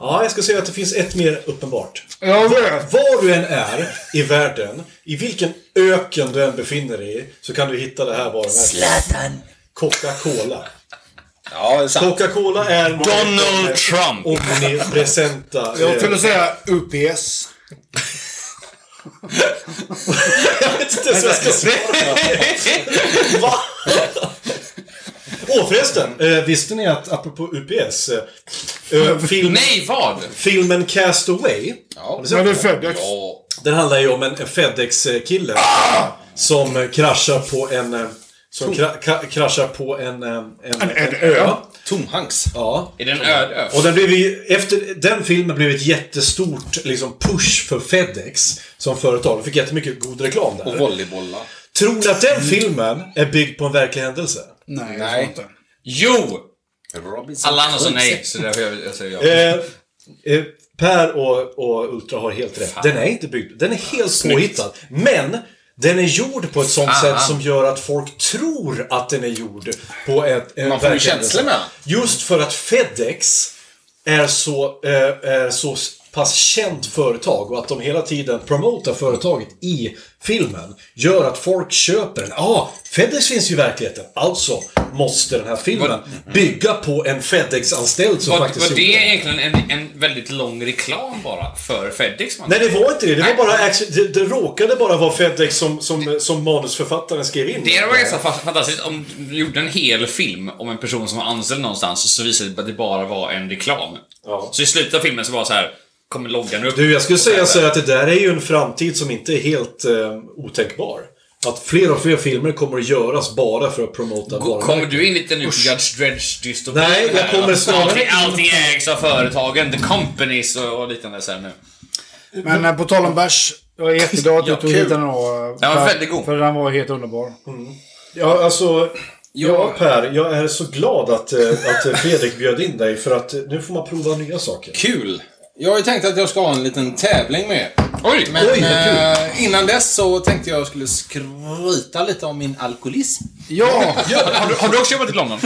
Ja, jag ska säga att det finns ett mer uppenbart.
Jag vet.
Var du än är i världen, i vilken öken du än befinner dig i, så kan du hitta det här varumärket.
Zlatan.
Coca-Cola.
Ja, det är sant.
Coca-Cola är...
Donald Trump.
Omnipresenta. eh,
Jag skulle säga UPS.
Jag vet inte ens vad jag ska svara. Va? Åh förresten, eh, visste ni att apropå UPS, eh, eh,
(laughs)
film,
Nej, vad?
filmen Cast Away,
Men du är Fedex.
Ja.
den handlar ju om en, en Fedex-kille som eh, kraschar på en... eh, Som kra- kra- kraschar på en... eh, En, en,
ö.
Tomhanks.
Ja.
Är det en öde ö?
Och den, blev ju, efter, den filmen blev ett jättestort liksom, push för Fedex som företag. De fick jättemycket god reklam där.
Och volleybollar.
Tror ni att den filmen är byggd på en verklig händelse?
Nej,
Nej.
Nej. Inte.
Jo!
Robinson
Alla andra sa
Crusoe.
nej, så därför jag, jag säger ja.
Eh, eh, per och, och Ultra har helt rätt. Den är inte byggd. Den är helt påhittad. Men den är gjord på ett sånt
Ah,
sätt
ah.
som gör att folk tror att den är gjord på ett... en
Man får ju
verklig
känslor med den.
Just för att Fedex är så, eh, är så pass känt företag och att de hela tiden promotar företaget i filmen gör att folk köper den. Ja, ah, Fedex finns ju i verkligheten. Alltså måste den här filmen bygga på en Fedex-anställd som
Var,
faktiskt
var det
gjorde den.
egentligen en, en väldigt lång reklam bara för Fedex? Man?
Nej, det var inte det. Det, var bara, acc- det, det råkade bara vara Fedex som, som, som manusförfattaren skrev in.
Det var ganska fa- fantastiskt om du gjorde en hel film om en person som var anställd någonstans och så visade det sig att det bara var en reklam.
Ja.
Så i slutet av filmen så var det så här kommer loggan upp.
Du, jag skulle
Och
säga
här-
så här att det där är ju en framtid som inte är helt eh, otänkbar. Att fler och fler filmer kommer att göras bara för att promota
Ko-
varumärken.
Kommer du in i lite nu Judge Dredge dystopi?
Nej, jag
här?
kommer
Att
snarare
allting-
in-
Allting ägs av företagen, the companies och, och liknande så här nu.
Men eh, på tal om bärs. Jag är jätteglad att du
Ja,
tog
kul.
hit den då.
Den var
för-
väldigt god.
För den var helt underbar.
Ja, alltså... Ja, Per, jag är så glad att, eh, att eh, Fredrik bjöd in dig för att eh, nu får man prova nya saker.
Kul! Jag har ju tänkt att jag ska ha en liten tävling med er.
Oj!
Men
Oj, vad kul.
eh, innan dess så tänkte jag skulle skryta lite om min alkoholism.
Ja!
har, du, har du också jobbat i (laughs) London?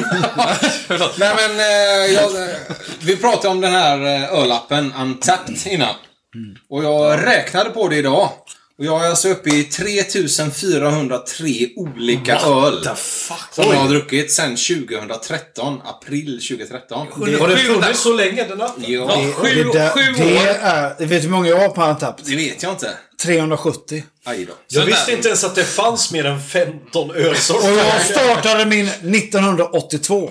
Förlåt.
Nej men, eh, jag, eh, vi pratade om den här eh, ölappen Untapped innan. Och jag räknade på det idag. Och jag är alltså uppe i 3403 olika öl. Som jag har druckit sedan 2013. April 2013.
Har det
Sju där.
funnits så länge den natten?
Ja,
Sju,
det, där,
sju
det
år.
är... Vet du hur många jag har på Untapped?
det vet jag inte.
370.
Aj då.
Jag
Sådär.
visste inte ens att det fanns mer än 15
Och
ölsorter.
jag startade min 1982.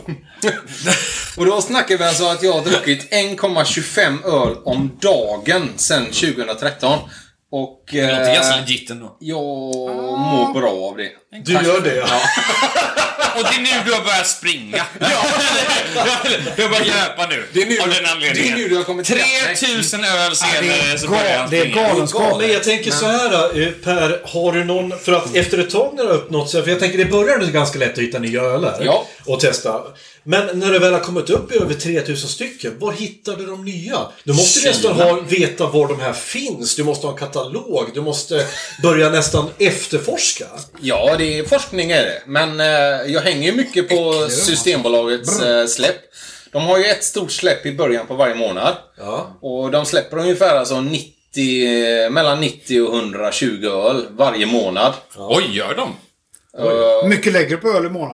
Och då snackar vi alltså att jag har druckit 1,25 öl om dagen sedan 2013. Och
Det låter
eh,
ganska legit ändå.
jag mår bra av det.
Du gör det, ja.
Och det är nu du har börjat
(laughs)
springa. Ja. du har börjat löpa nu.
Det är nu
av
du-
den anledningen.
det är nu du har kommit till rätta.
3000 öl senare så
gal-
börjar han
det är
springa.
galet.
Ja, men jag tänker så här eh, Per, har du någon... För att efter ett tag när du har uppnått sig, för jag tänker i början är det ganska lätt att hitta nya öler
Ja.
och testa. Men när du väl har kommit upp i över 3000 stycken, var hittar du de nya? Du måste
Kina.
nästan ha, veta var de här finns, du måste ha en katalog, du måste börja nästan efterforska.
Ja, det är forskning är det. Men eh, jag hänger ju mycket på Systembolagets eh, släpp. De har ju ett stort släpp i början på varje månad.
Ja.
Och de släpper ungefär alltså 90, eh, mellan 90 och 120 öl varje månad.
Oj, gör de?
Mycket lägre på öl i månaden.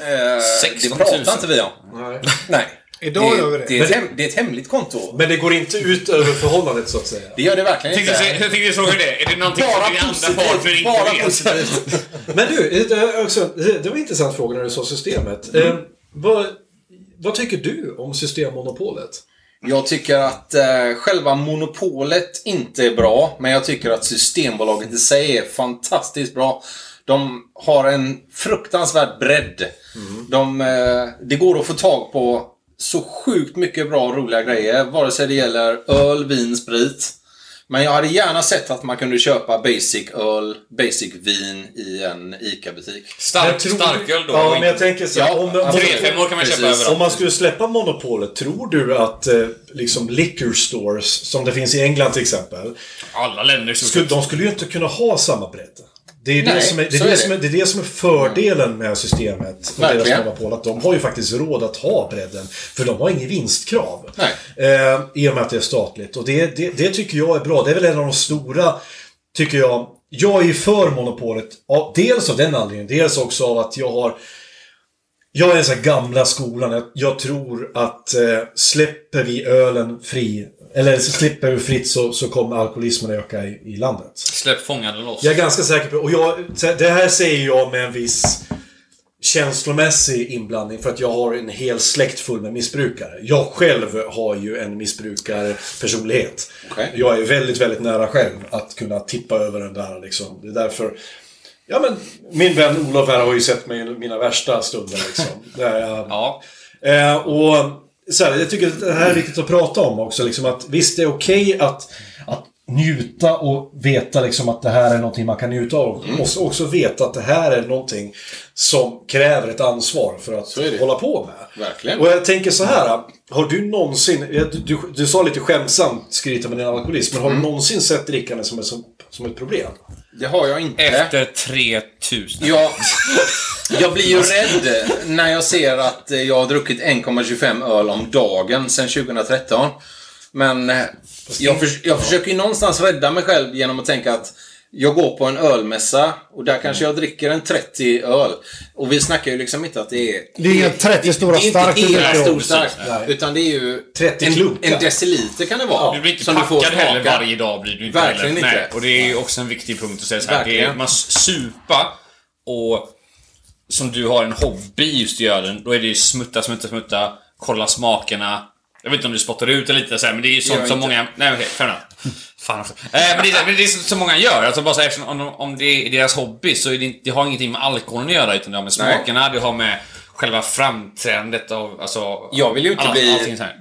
Eh,
16
det
000.
pratar inte vi om. Nej.
Idag
det,
gör vi det.
Det är, ett hem, det är ett hemligt konto.
Men det går inte ut över förhållandet så att säga.
Det gör det verkligen
Tänkte se-
inte.
Jag tänkte fråga det. Är det någonting
Bara
som din andra partner
positivt.
inte
Bara
vet?
positivt.
Men du, eh, det, är också, det var en intressant
Mm.
Eh, fråga när du sa systemet. Eh, vad, vad tycker du om systemmonopolet?
Jag tycker att eh, själva monopolet inte är bra, men jag tycker att Systembolaget i sig är fantastiskt bra. De har en fruktansvärd bredd. De, eh, det går att få tag på så sjukt mycket bra roliga grejer, vare sig det gäller öl, vin, sprit. Men jag hade gärna sett att man kunde köpa basic öl, basic vin i en ICA-butik.
Men
Stark,
tror-
starköl då.
Ja,
och
men jag
inte-
tänker så här,
Ja,
om, om,
alltså,
Tre femmor kan man köpa
Precis.
om
överallt.
man skulle släppa monopolet, tror du att eh, liksom liquor stores, som det finns i England till exempel,
Alla länder som
skulle, de skulle ju inte kunna ha samma bredd. Det är, det,
Nej,
som är, det,
så
är, det,
är
Som är, det är det som är fördelen med systemet och deras
Verkligen.
monopol. Att de har ju faktiskt råd att ha bredden. För de har ingen vinstkrav.
Nej.
Eh, I och med att det är statligt. Och det, det, det tycker jag är bra. Det är väl en av de stora, tycker jag. Jag är ju för monopolet. Ja, dels av den anledningen. Dels också av att jag har jag är den så här gamla skolan. Jag, jag tror att eh, släpper vi ölen fri, eller släpper vi fritt så, så kommer alkoholismen att öka i, i landet.
Släpp fångarna loss.
Jag är ganska säker på och jag, det här säger jag med en viss känslomässig inblandning för att jag har en hel släkt full med missbrukare. Jag själv har ju en missbrukarpersonlighet.
Okej.
Jag är väldigt, väldigt nära själv att kunna tippa över den där liksom. Det är därför Ja men, min vän Olof här har ju sett mig i mina värsta stunder liksom. Där jag,
Ja.
Eh, och så här, jag tycker att det här är viktigt att prata om också. Liksom att, visst, det är okej att, att njuta och veta liksom att det här är någonting man kan njuta av.
Mm.
Man måste också veta att det här är någonting som kräver ett ansvar för att
är det.
hålla på med.
Verkligen.
Och jag tänker så här. Har du någonsin, du, du, du sa lite skämtsamt skryta med din alkoholism, men har
Mm.
du någonsin sett drickande som, ett- som, som ett problem?
Det har jag inte.
Efter 3000.
Jag, jag blir ju rädd när jag ser att eh, jag har druckit 1,25 öl om dagen sedan 2013. Men eh, jag, förs- jag försöker ju någonstans rädda mig själv genom att tänka att jag går på en ölmässa och där kanske jag dricker en 30 öl. Och vi snackar ju liksom inte att det är...
Det är inga 30 stora
det är inte
stark du
hela
dricker.
stor stark. Utan det är ju...
30
en,
klunkar.
en deciliter kan det vara.
Du blir inte
som du får
packad heller
smaka.
varje dag. Blir du inte
Verkligen
heller.
inte.
Nej, och det är ju också en viktig punkt att säga så här. Det är,
Verkligen.
man supa och som du har en hobby just i ölen, då är det ju smutta, smutta, smutta, kolla smakerna. Jag vet inte om du spottar ut det lite så här, men det är ju sånt
gör
som
inte.
många... Nej okej, fair enough. Fan också. Eh, men, det, är- men det är så så många gör. Alltså bara så här, eftersom- om, de- om det är deras hobby så är det, inte- det har ingenting med alkoholen att göra, utan det har med
Nej.
smakerna, det har med själva framträdandet av... Alltså,
Jag vill ju inte
alla-
bli-
allting så här.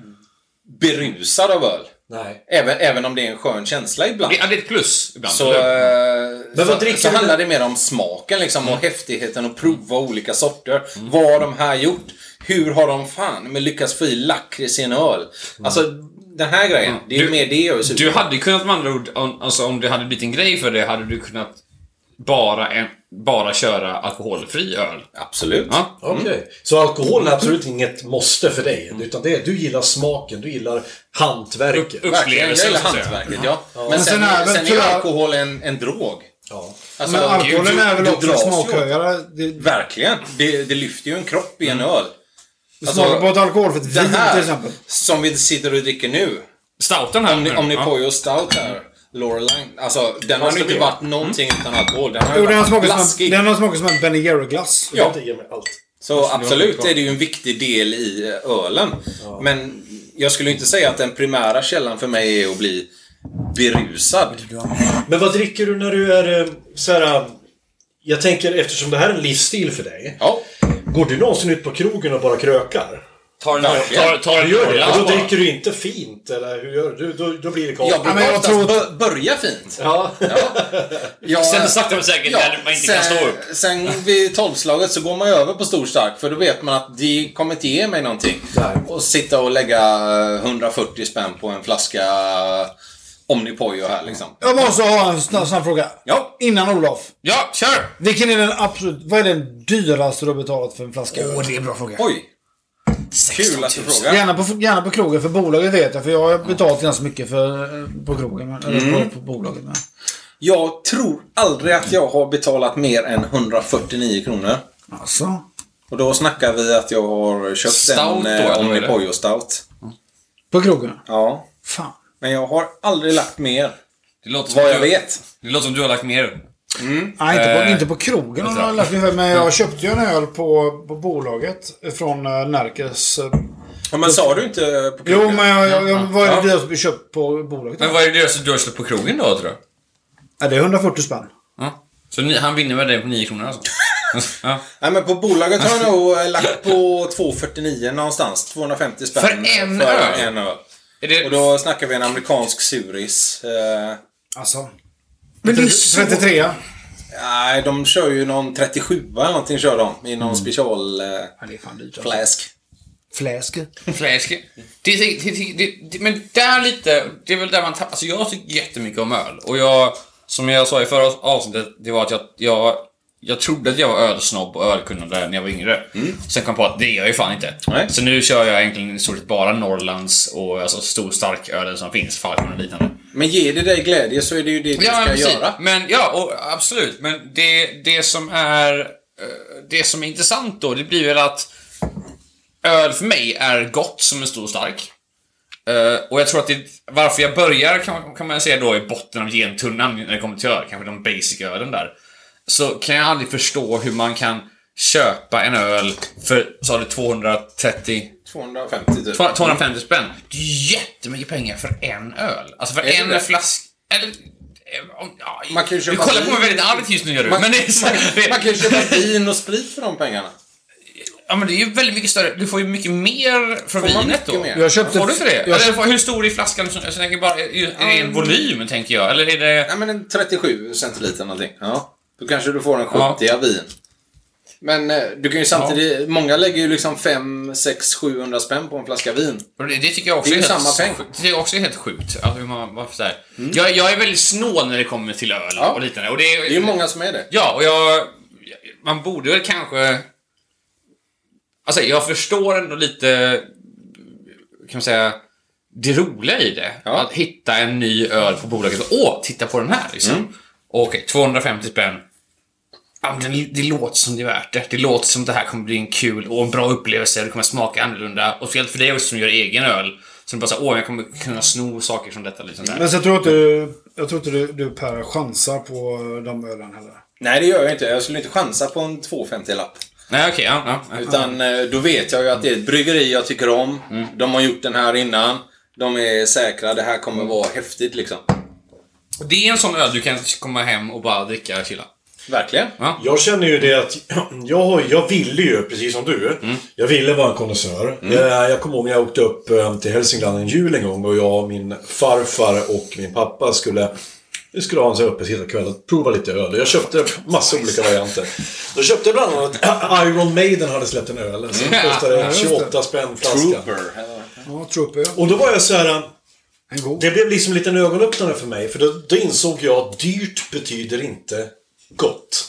Berusad av öl.
Nej.
Även, även om det är en skön känsla ibland.
Det är det är ett plus ibland.
Så,
eller hur?
eh,
Men vad
så,
dricker
så
du?
handlar det mer om smaken liksom och häftigheten att prova olika sorter. Vad har de här gjort? Hur har de fan med lyckats få i lakrits i en öl? Alltså den här grejen. Det är ju
Du-
mer det jag är sugen
Du
på.
hade kunnat med andra ord, om- alltså om det hade blivit en grej för det, hade du kunnat bara, en, bara köra alkoholfri öl?
Absolut.
Ja.
Okej. Mm. Så alkohol är absolut inget måste för dig.
Mm.
Utan det, är- du gillar smaken, du gillar hantverket.
Upp- upp-
Verkligen. Jag gillar
Upplevelsen, så att säga.
hantverket, ja. Men,
Men
sen,
sen är väl
sen är ju
tyvärr-
alkohol en, en drog.
Ja.
Alltså,
Men alkoholen
du-
är väl
du
också en
dras ju
smakhöjare. Det,
åt- Verkligen. Det, det lyfter ju en kropp i en öl. Alltså,
smaka på ett alkoholfritt vin
den här
till exempel.
som vi sitter och dricker nu.
Stouten här
Om ni,
nu,
om ni
ja.
får ju stout här, Laureline. Alltså, den har
nu
ju inte
det.
varit någonting utan alkohol. Den har ju
Jo, den har
varit
smakat som en,
blaskig.
den har smakat som en Ben Jerry-glass.
Ja. Det ger mig allt.
Så absolut är det ju en viktig del i eh, ölen. Men jag skulle ju inte säga att den primära källan för mig är att bli berusad.
Men vad dricker du när du är eh, så här, eh, Jag tänker eftersom det här är en livsstil för dig.
Ja,
Går du någonsin ut på krogen och bara krökar?
Tar en,
Verkligen.
tar, tar en
Du gör det?
öl
Och då
bara.
dricker du inte fint, eller hur gör du? Du- Då, då blir det
jag
konstigt.
brukar
men jag
oftast
tror-
bör- börja fint.
Ja.
Jag,
Sen sakta men säkert,
Ja,
när man inte kan
sen-
stå upp.
Sen vid tolvslaget så går man ju över på stor stark för då vet man att det kommer inte ge mig någonting.
Nej.
Och sitta och lägga eh, 140 spänn på en flaska eh, Omnipojo här liksom.
Jag måste ha en snabb, snabb fråga.
Ja.
Innan Olof.
Ja, kör!
Vilken är den absolut... Vad är den dyraste du har betalat för en flaska Åh, det är en bra fråga.
Oj! Kul att du frågar.
Gärna på, gärna på krogen, för bolaget vet jag. För jag har betalat ganska mycket för, eh, på krogen. men- Eller på, på bolaget. Men.
Jag tror aldrig att jag har betalat mer än 149 kronor.
Alltså.
Och då snackar vi att jag har köpt
Stout
en
då,
eh,
eller vad är det?
Omnipojo Stout.
På krogen?
Ja.
Fan.
Men jag har aldrig lagt mer.
Det låter som
Vad
du-
jag vet.
Det låter som du har lagt mer.
Nej, inte på,
Eh,
inte på krogen om
jag tror-
jag lärt mig
(laughs)
för men jag köpte ju en öl på, på bolaget från eh, Närkes. eh,
Ja, men sa du inte på
Jo,
krogen?
men jag, jag, jag var ju
Ja.
det som vi köpt på bolaget.
Men vad är det som du har köpt på krogen då, tror du?
Ja, det är 140 spänn.
Ja. Så ni, han vinner med dig på 9 kronor (laughs) alltså? ja.
Nej, men på bolaget har jag nog eh, lagt på 2,49 någonstans. 250 spänn.
För en öl?
en öl.
Är det...
Och då snackar vi en amerikansk suris. Eh,
Alltså.
men det är
33
Nej, de kör ju någon 37 eller någonting kör de. I någon
Mm.
special... Eh,
det är fan dyrt, alltså.
flask.
Fläsk.
Fläsk. Det, det, det, det, det, men där lite, det är väl där man tappar... Alltså jag tycker jättemycket om öl. Och jag, som jag sa i förra avsnittet, det var att jag, jag, jag trodde att jag var ölsnobb och ölkunnande när jag var yngre. Sen kom jag på att det är jag ju fan inte.
Nej.
Så nu kör jag egentligen i stort sett bara Norrlands och alltså stor stark öl som finns, Falcon och liknande.
Men ger det dig glädje så är det ju det du
Ja, men
ska
precis.
göra.
Men ja, och, absolut. Men det, det som är eh, det som är intressant då, det blir väl att öl för mig är gott som en stor stark. Eh, och jag tror att det, varför jag börjar kan, man- kan man säga då i botten av gentunnan när det kommer till öl, kanske de basic ölen där. Så kan jag aldrig förstå hur man kan köpa en öl för, sa du 230?
250 typ.
250 spänn. Det är ju jättemycket pengar för en öl. Alltså för
det
en
det?
flaska... Eller... eh, om- Ja,
Man kan ju
du
köpa
kollar på
vin.
mig väldigt argt just nu gör du.
Man,
men det är så,
man,
det,
(laughs) man kan ju köpa vin och sprit för de pengarna.
Ja men det är ju väldigt mycket större. Du får ju mycket mer från
Får man
vinet då.
mycket mer?
Jag köpte-
får du för det?
jag-
Eller får- hur stor är flaskan? som- Jag tänker bara, eh, är det
Um,
en volym tänker jag? Eller är det...
Nej, men en 37 centiliter någonting. Ja. Då kanske du får en 70
Ja.
vin. Men eh, du kan ju samtidigt... Många lägger ju liksom 5, 6, 700 spänn på en flaska vin.
Och Det, det tycker jag också
Det är ju
helt,
samma peng. Mm.
Det tycker jag också är helt sjukt. Alltså, hur man, varför så här. Jag, jag är väldigt snål när det kommer till öl
Ja.
och liknande. Och
Det är ju många som är det.
Ja, och jag... Man borde väl kanske... Alltså, jag förstår ändå lite... Kan man säga... Det roliga i det.
Ja.
Att hitta en ny öl på bolaget. Åh, titta på den här liksom. Okej, 250 spänn. Ja, men det, det låter som det är värt det. Det låter som det här kommer bli en kul och en bra upplevelse. Det kommer smaka annorlunda. Och speciellt för dig också som gör egen öl. Så det bara såhär, åh, jag kommer kunna sno saker från detta. Liksom, där.
Men sen tror jag inte du, jag tror inte du, du Per chansar på de ölen heller.
Nej, det gör jag inte. Jag skulle inte chansa på en 250-lapp.
Nej, okej. ja, ja, ja. Mm.
Utan eh, då vet jag ju att det är ett bryggeri jag tycker om. De har gjort den här innan. De är säkra. Det här kommer vara häftigt liksom.
Det är en sån öl du kan komma hem och bara dricka och chilla.
Verkligen.
Jag känner ju det att (clears throat) jag, har- jag ville ju, precis som du, jag ville vara en konnässör. Eh, Jag, jag kommer ihåg när jag åkte upp eh, till Hälsingland en jul en gång och jag, min farfar och min pappa skulle vi skulle ha en sån här öppethittarkväll och prova lite öl. Jag köpte massa olika varianter. Då köpte jag bland annat (clears throat) Iron Maiden hade släppt en öl. Som kostade 28 spänn flaskan.
Ja, Trooper.
Och då var jag så här... eh,
En god.
Det blev liksom en liten ögonöppnare för mig. För då, då insåg jag att dyrt betyder inte gott.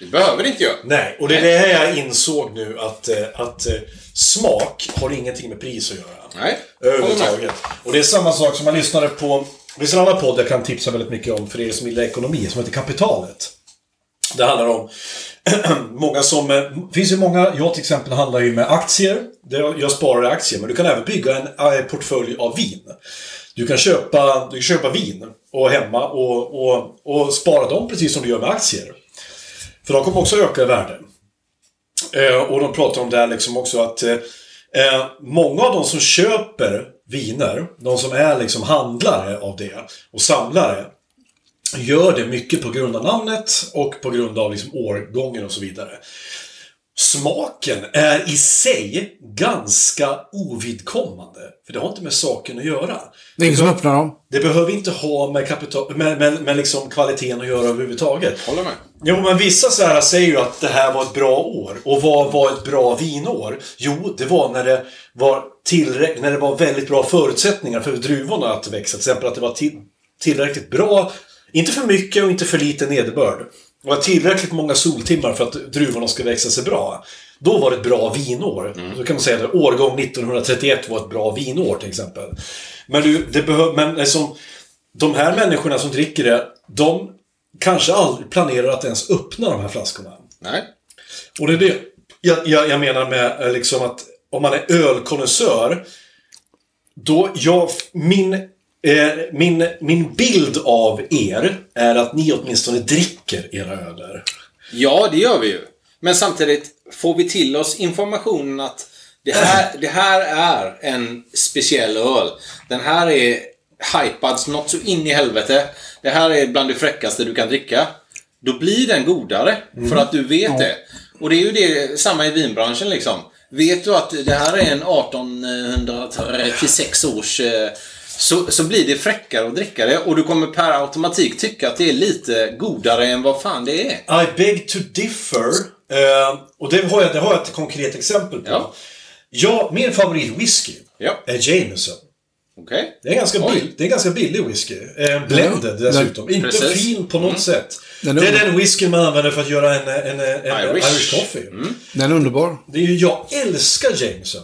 Det behöver inte jag.
Nej, och det är det här jag insåg nu att, eh, att eh, smak har ingenting med pris att göra.
Nej.
Överhuvudtaget. Och det är samma sak som man lyssnade på... Det finns en annan podd jag kan tipsa väldigt mycket om för er som gillar ekonomi, som heter Kapitalet. Det handlar om (clears throat) många som... eh, finns ju många... Jag till exempel handlar ju med aktier. Det- Jag sparar i aktier, men du kan även bygga en eh, portfölj av vin. Du kan köpa, du kan köpa vin och hemma och, och, och spara dem precis som du gör med aktier. För de kommer också öka i värde. Eh, och de pratar om det här liksom också att eh, eh, många av de som köper viner, de som är liksom handlare av det och samlare, gör det mycket på grund av namnet och på grund av liksom årgången och så vidare. Smaken är i sig ganska ovidkommande. För det har inte med saken att göra.
Det är ingen som öppnar dem.
Det behöver inte ha med, kapital, med, med, med liksom kvaliteten att göra överhuvudtaget.
Håller med.
Jo, men vissa så här säger ju att det här var ett bra år. Och vad var ett bra vinår? Jo, det var när det var, tillräck- när det var väldigt bra förutsättningar för druvorna att växa. Till exempel att det var till- tillräckligt bra, inte för mycket och inte för lite nederbörd. Det var tillräckligt många soltimmar för att druvorna ska växa sig bra. Då var det ett bra vinår. Då kan man säga att årgång 1931 var ett bra vinår till exempel. Men, du, det behöver, men liksom, de här människorna som dricker det, de kanske aldrig planerar att ens öppna de här flaskorna.
Nej.
Och det är det jag, jag, jag menar med eh, liksom att om man är ölkonnässör, då jag, min Eh, min, min bild av er är att ni åtminstone dricker era öler.
Ja, det gör vi ju. Men samtidigt får vi till oss informationen att det här, det här är en speciell öl. Den här är hypad något så in i helvete. Det här är bland det fräckaste du kan dricka. Då blir den godare för att du vet det. Och det är ju det samma i vinbranschen liksom. Vet du att det här är en 1836 års eh, så, så blir det fräckare att dricka det och du kommer per automatik tycka att det är lite godare än vad fan det är.
I beg to differ. Eh, och det har, jag, det har jag ett konkret exempel på.
Ja.
Ja, min favoritwhisky
Ja.
är Jameson.
Okej.
Det är, en ganska
Oj.
bill, det är en ganska billig whisky. Eh, blended dessutom. Inte
Precis.
fin på något sätt.
Den är
det är
ung.
den whisky man använder för att göra en, en, en, en
Irish.
Irish. coffee.
Den är underbar.
Det är ju, jag älskar Jameson.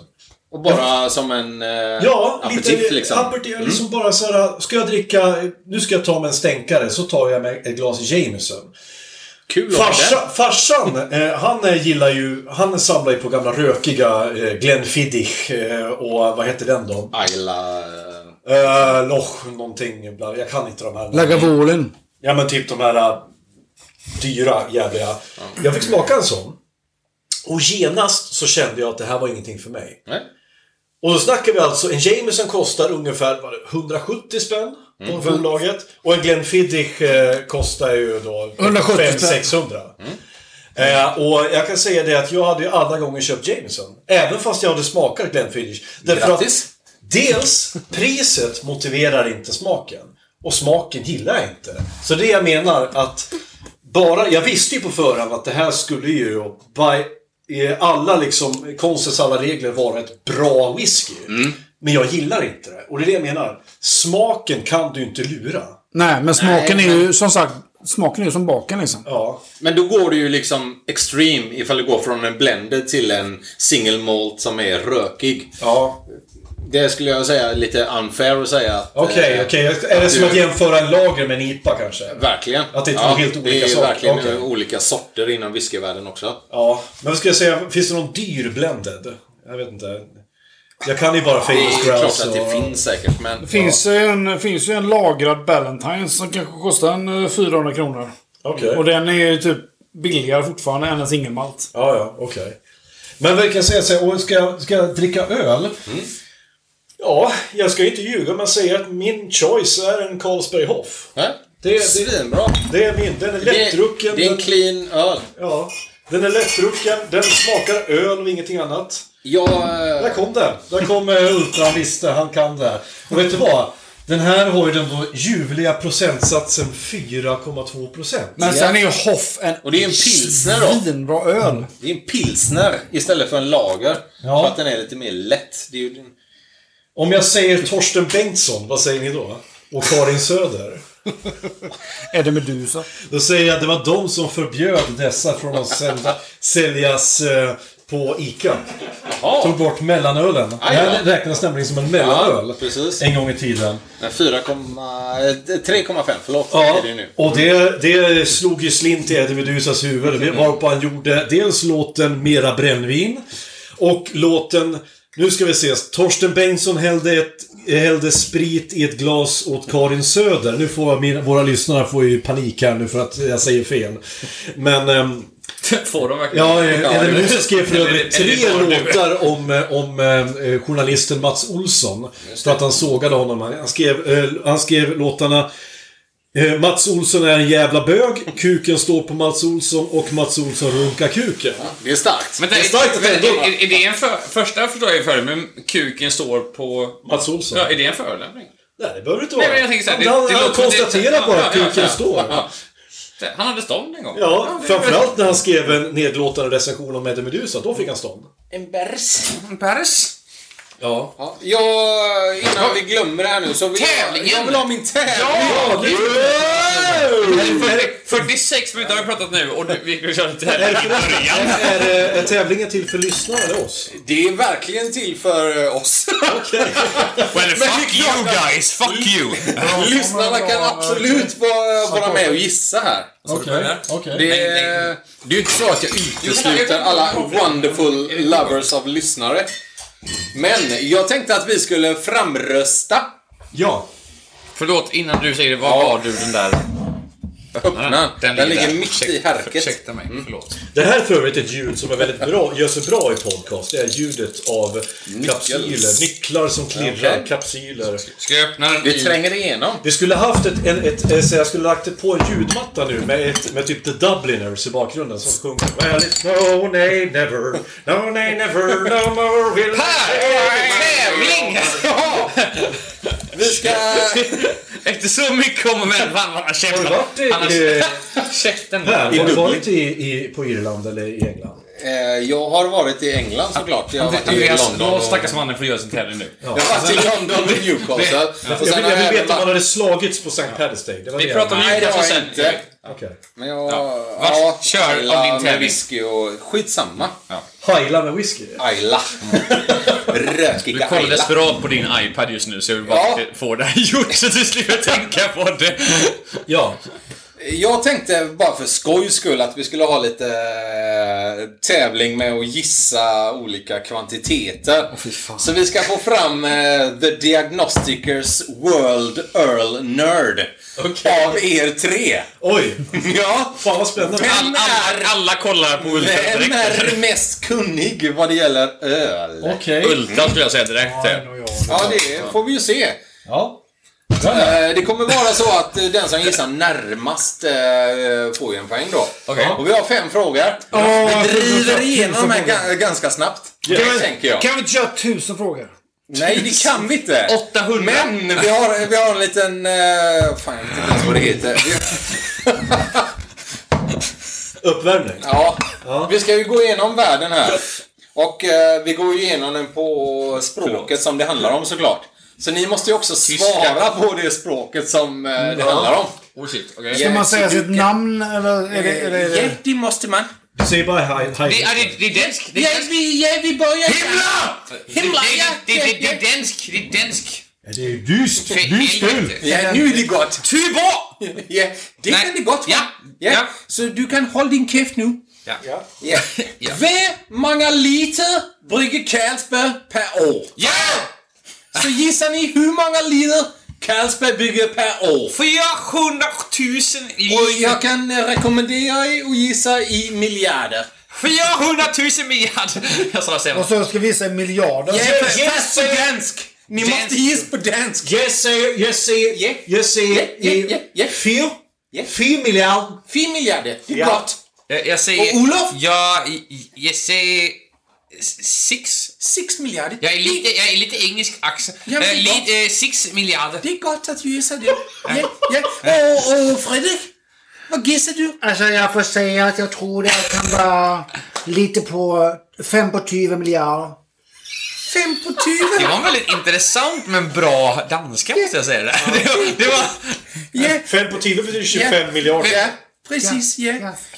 Och bara som en eh,
Ja,
aperitif
lite
liksom.
aperitif. Liksom bara så här, ska jag dricka, nu ska jag ta mig en stänkare, så tar jag mig ett glas Jameson.
Kul Farsa.
Farsa, farsan, eh, han eh, gillar ju, han samlar ju på gamla rökiga eh, Glenfiddich eh, och vad heter den då?
Ayla... Ah, eh,
Eh, Loch någonting, ibland. jag kan inte de här.
Lagavulin.
Ja men typ de här eh, dyra jävliga. Jag fick smaka en sån. Och genast så kände jag att det här var ingenting för mig.
Nej.
Och då snackar vi alltså, en Jameson kostar ungefär vad är det, 170 spänn på bolaget. Och en Glenfiddich eh, kostar ju då
170 spänn.
500-600. Eh, och jag kan säga det att jag hade ju alla gånger köpt Jameson. Även fast jag hade smakat Glenfiddich. Därför att
Grattis.
dels, priset motiverar inte smaken. Och smaken gillar jag inte. Så det jag menar att bara, jag visste ju på förhand att det här skulle ju by eh, alla liksom, konstens alla regler vara ett bra whisky. Men jag gillar inte det. Och det är det jag menar. Smaken kan du inte lura.
Nej, men smaken
Nej,
är ju som sagt, smaken är ju som baken liksom.
Ja.
Men då går det ju liksom extreme ifall du går från en blender till en single malt som är rökig.
ja.
Det skulle jag säga är lite unfair att säga. att,
Okej,
eh,
okej. Är det som
du-
att jämföra en lager med en IPA kanske?
Verkligen.
Att det är två helt
Det
olika
är ju
saker.
verkligen
Okej.
eh, olika sorter inom whiskyvärlden också.
Ja. Men vad ska jag säga? Finns det någon dyr blended? Jag vet inte. Jag kan ju bara
Det
Famous
är klart
Grouse
att det
och-
finns säkert, men...
Finns ju en, finns ju en lagrad Ballantines som kanske kostar en eh, 400 kronor.
Okej.
Och den är ju typ billigare fortfarande än en singelmalt.
Ja, ja, okej. Men vi kan säga så här, och ska, jag- ska jag dricka öl?
Mm.
Ja, jag ska ju inte ljuga men säga att min choice är en Carlsberg Hoff.
Ja,
Det- det-
Svinbra.
Det är min. Den är
Det,
lättdrucken.
det är en
den-
clean öl.
Ja. Den är lättdrucken, den smakar öl och ingenting annat.
Jag... eh,
Där kom den! Där kom eh, Ultran, visste han kan det här. Och vet du vad? Den här har ju den då ljuvliga procentsatsen 4,2 procent.
Men sen är ju Hoff en
Och det är en pilsner då.
Svinbra öl.
Det är en pilsner istället för en lager.
Ja.
För att den är lite mer lätt. Det är ju...
Om jag säger Torsten Bengtsson, vad säger ni då? Och Karin Söder?
Är det Medusa?
Då säger jag att det var de som förbjöd dessa från att sända, säljas eh, på ICA. Tog bort mellanölen. Det
Aj då.
här räknas nämligen som en mellanöl.
Ja, precis.
En gång i tiden.
Men 4,... eh, 3,5 förlåt. Är det ju nu.
Och det, det slog ju slint i Eddie Medusas huvud.
Mm.
Det Varpå han gjorde dels låten Mera brännvin och låten nu ska vi se. Torsten Bengtsson hällde, ett, hällde sprit i ett glas åt Karin Söder. Nu får jag mina, våra lyssnare får ju panik här nu för att jag säger fel. Men... ehm,
(laughs) Får de verkligen?
Ja, eh, Edvin Musa skrev för
Eller-
övrigt
eller
tre
bara du.
låtar om, eh, om eh, journalisten Mats Olsson. För att han sågade honom. Han skrev, eh, han skrev låtarna eh, Mats Olsson är en jävla bög, kuken står på Mats Olsson och Mats Olsson runkar kuken.
Det är starkt.
Men
det
det,
är starkt att
men,
ändå.
är, är det en för, första förstår jag ju för men kuken står på...
Mats Olsson.
Ja, är det en förolämpning?
Nej, det behöver det inte
Nej,
vara.
men jag tänker så här, det-
han
det
han
låter-
konstaterar
det-
bara att
ja, ja,
kuken
ja.
står.
Ja. Han hade stånd en gång.
Ja,
det är-
framförallt när han skrev en nedlåtande recension om Eddie Meduza. Då fick han stånd.
En bärs.
Paris.
Ja.
Ja, jag- innan vi glömmer det här nu så vill jag,
Tävlingen.
jag vill ha min tävling.
Ja, det-
Wow!
46 minuter har vi pratat nu och du- vi kör lite här.
Är, eh, är tävlingen till för lyssnare eller oss?
Det är verkligen till för eh, oss. (laughs)
Well, fuck you guys, fuck you!
Lyssnarna kan absolut vara, vara med och gissa här.
Okej. okej.
Det är, det är ju inte så att jag utesluter alla wonderful lovers av lyssnare. Men jag tänkte att vi skulle framrösta
Ja.
Förlåt, innan du säger det, vad var du den där...
Öppna. Den ligger
där.
mitt i
Ursäkta-
härket.
Ursäkta mig, förlåt.
Det här är för övrigt ett ljud som är väldigt bra, gör sig bra i podcast. Det är ljudet av kapsyler, nycklar som klirrar,
Okej.
kapsyler.
Ska jag öppna den
Vi
i...
tränger igenom.
Vi skulle haft ett, en, ett, eh, så jag skulle lagt det på en ljudmatta nu med, ett, med typ The Dubliners i bakgrunden som sjunger väldigt No, nej, never, no, nej, never, no more will
Tävling!
Vi ska...
Efter så mycket om och men, fan vad han
Har du
käftar.
varit i,
Han
eh,
har- Käften.
här? Har du varit i, i, på Irland eller i England?
Eh, jag har varit i England såklart. Jag har varit i
Andreas,
London.
låt
Och...
stackars mannen får göra sin tävling nu.
Jag har varit i London och Newcastle. Och sen
Jag vill,
har
jag vill
även
veta om man
varit-
hade slagits på St. Paddy's Day. Det var
Vi
det.
pratar om
Nej, det har
Newcastle
jag
sen.
inte.
Okej.
Men jag...
Ja.
Ja.
Vars- kör av din
Ayla med
tävling.
whisky och... Skitsamma.
Heila med whisky.
(laughs)
Ayla.
Du
Rökiga
kollar
Ayla.
desperat på din iPad just nu så jag vill bara
Ja.
få det här gjort så du slipper tänka på det.
Ja.
Jag tänkte bara för skojs skull att vi skulle ha lite eh, tävling med att gissa olika kvantiteter. Så vi ska få fram eh, The Diagnosticers World Earl Nerd.
Okej.
Av er tre.
Oj!
Ja.
Fan vad spännande.
Vem
Alla, alla, alla kollar på Ultra
Vem
direkt.
är mest kunnig vad det gäller öl?
Okej.
Ultra skulle jag säga direkt.
Ja, det får vi ju se.
Ja.
Eh, Det kommer vara så att eh, den som gissar närmast eh, får ju en poäng då.
Okej.
Och vi har fem frågor. vi driver igenom de här ga- ganska snabbt. Det tänker jag.
Kan vi inte köra tusen frågor?
Nej, det kan vi inte.
800.
Men vi har, vi har en liten... eh, fan, jag vet inte ens vad det heter. Vi,
Uppvärmning.
ja, vi ska ju gå igenom världen här. Och eh, vi går ju igenom den på språket som det handlar om såklart. Så ni måste ju också
Tyska.
svara på det språket som eh, det handlar om.
Oh shit, okej.
Ja.
Kan man säga
så du
sitt namn eller? Är det, är det, är det?
det måste man.
Du säger bara hej.
Det är,
hej.
det, det är dansk. Det är dansk.
vi, ja, vi börjar...
Himla!
Himla,
Det-
ja,
det- det-
ja,
Det det är dansk. Det är dansk.
Det är ju dyst.
För
Dyst öl.
helvete.
Ja, nu är det gott.
Tuborg!
(laughs) Ja, det
Nej.
kan det gott vara.
Ja. Ja.
Så du kan hålla din käft nu.
Ja.
(laughs) Ja.
Ja.
Hur många liter brygger Carlsberg per år?
Ja!
Så gissar ni hur många liter Carlsberg brygger per år?
400 000
Och
liter.
jag kan eh, rekommendera er att gissa i miljarder.
400 000 miljarder. (laughs) Jag sa det
Och
senast.
så ska vi säga miljarder.
Yes, fast på dansk. Ni
Dansk.
måste gissa på dansk.
Jag säger, jag säger,
Ja.
jag
Ja,
säger
ja, ja, ja.
fyra,
Ja.
fyra miljarder.
Fyra miljarder. Det är
Ja.
gott.
Jag, jag säger...
Och Olof?
Ja, jag, jag säger... s- Six.
Sex miljarder.
Jag är lite, jag är lite engelsk accent.
Ja, men
Eh,
det är
li-
gott.
eh, six miljarder.
Det är gott att du gissar det. Ja, ja. Och, och Fredrik, vad gissar du?
Alltså jag får säga att jag tror det kan vara lite på 5 på 20 miljarder.
Fem på
Det
tjugo?
var en väldigt intressant men bra danska måste jag säga. Det, (laughs) det, var, det var...
Ja,
Fem på tio betyder 25
Ja.
miljarder.
ja, precis. Ja.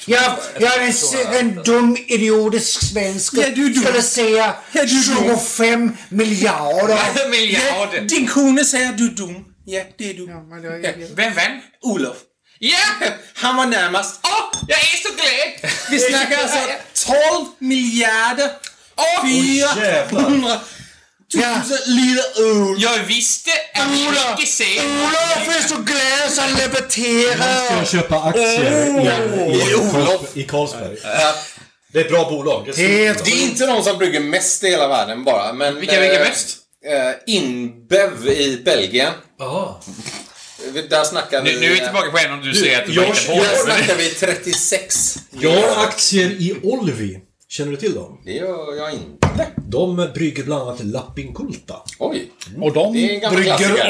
Jag, jag är en, s- en dum idiotisk svensk.
Ja, du är dum.
Skulle säga
Ja, du är dum.
25 miljarder.
Miljarder.
Din kone säger att du är dum. Ja, det är du. Ja.
Vem, vem?
Olof.
Ja!
Han var närmast.
Åh, jag är så glad!
Vi snackar alltså 12 miljarder
Åh,
400
Ja.
tusen liter öl.
jag visste att vi
Ola.
skulle se...
Olof är så glad så han leverterar.
köpa aktier i, i, Oh! Olof. i Carlsberg. Det är ett bra bolag. Det är stort.
Det är inte de som brygger mest i hela världen bara. Men,
Vilka brygger mest?
Eh, Inbev i Belgien.
Jaha.
Där snackar vi...
Nu, nu är vi tillbaka på en om du säger att du
jag-
bara hittar på.
jag-
Där
det.
snackar vi 36.
Jag har aktier i Olvi. Känner du till dem?
Det gör jag inte.
De brygger bland annat Lappinkulta.
Oj.
Och de
Det är en gammal klassiker.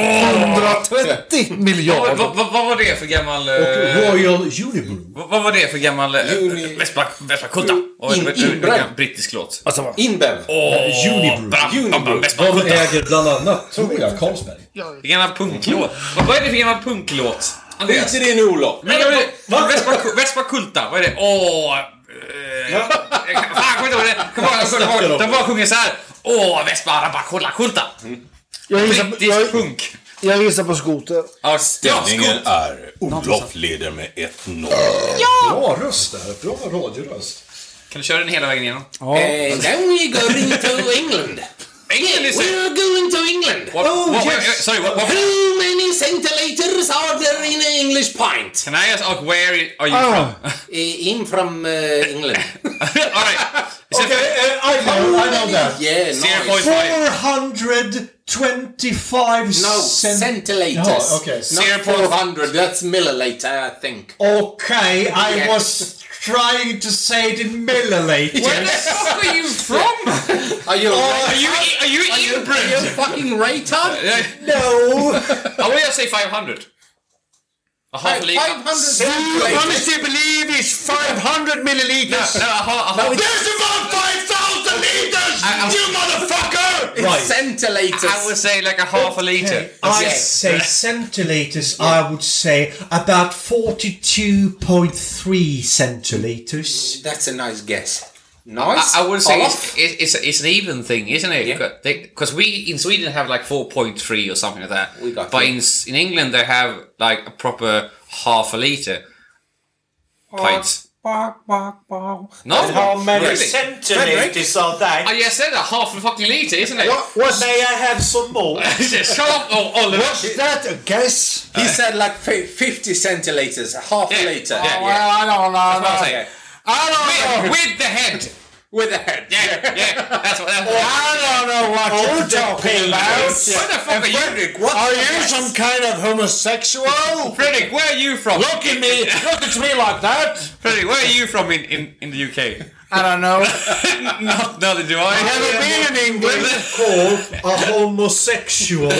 130
Vad,
miljarder.
vad, vad vad var det för gammal... eh,
Och Royal Unibrew.
vad, vad var det för gammal... eh,
Juni-
Vespa Vespa Kutta. Och
In-
en- en- en-
inbränd.
en Brittisk låt.
alltså, Inbev.
Unibrew.
Bam, bam, bam, Vespa
De
Kutta.
äger bland annat, tror jag, Carlsberg.
Vilken gammal punklåt. Vad, vad är det för gammal punklåt?
Skit
Andreas?
i det nu Olof.
Men jag vet Vespa, Vespa Kulta, vad är det? Åh... eh, jag kan- Fan, jag kommer inte ihåg det. Kom ihåg, jag kommer ihåg. De bara sjunger så här. Åh, Vespa Rabakulla Kulta.
Jag gissar,
Brittisk
jag,
punk.
jag gissar på skoter.
Ja,
Ställningen
skot.
är Olof leder med 1-0.
Bra röst där. Bra radioröst.
Eh,
Kan du köra den hela vägen igenom?
And then we go into England.
England is it?
We're going to England.
What-
oh,
what-
yes.
wait, sorry, what- what-
How many centiliters are there in an English pint?
Can I ask, like, where i- are you (laughs) from?
Eh, I'm from uh, (laughs) England.
Alright.
Okay, uh, I know, I know that.
yeah,
Zero
nice.
point five.
425
No,
cent-
centiliters.
Ja, okay. Oh,
Not 400, that's milliliter, I think.
Okay, I
Yeah.
was trying to say it in milliliters.
Where the fuck are you from?
Are
(laughs)
you,
oh,
Are you, e- are you
are you,
inbred?
are you
(laughs)
fucking retard?
I will just say 500. A half a litre.
500 centiliters.
honestly believe it's 500 millilitres? No, no, a half... A half.
There's about 5,000 liters, you motherfucker!
Right.
Centiliters.
I would say like a half a litre.
I
Yeah.
say centiliters, I would say about 42.3 centiliters.
That's a nice guess.
I,
Nice.
I would say
Olaf?
it's, it's, it's an even thing, isn't it? Because we in Sweden have like 4.3 or something like that.
We got
but
it.
in, S- in England they have like a proper half a litre pint. No,
How many
really?
centiliters are
Oh,
that?
yeah, I said a half a fucking litre, isn't (laughs) it?
Was
May I have some more?
Shut up, oh, Oliver.
that a guess?
He said like fi- 50 centiliters, a half
Yeah,
liter.
yeah, yeah.
I don't
That's what I'm
know.
saying.
I don't
With,
know.
with the head.
With a head.
Yeah, yeah. That's what. That's what.
I don't know what you're talking about.
Where the fuck are you,
Frederick, what
Are
the
you
guess?
some kind of homosexual?
Frederick? Where are you from?
Look at me.
(laughs)
Look at me like that.
Frederick. Where are you from in, in, in the UK?
I don't know.
Not neither do I.
Never been in England.
called
(laughs)
a homosexual.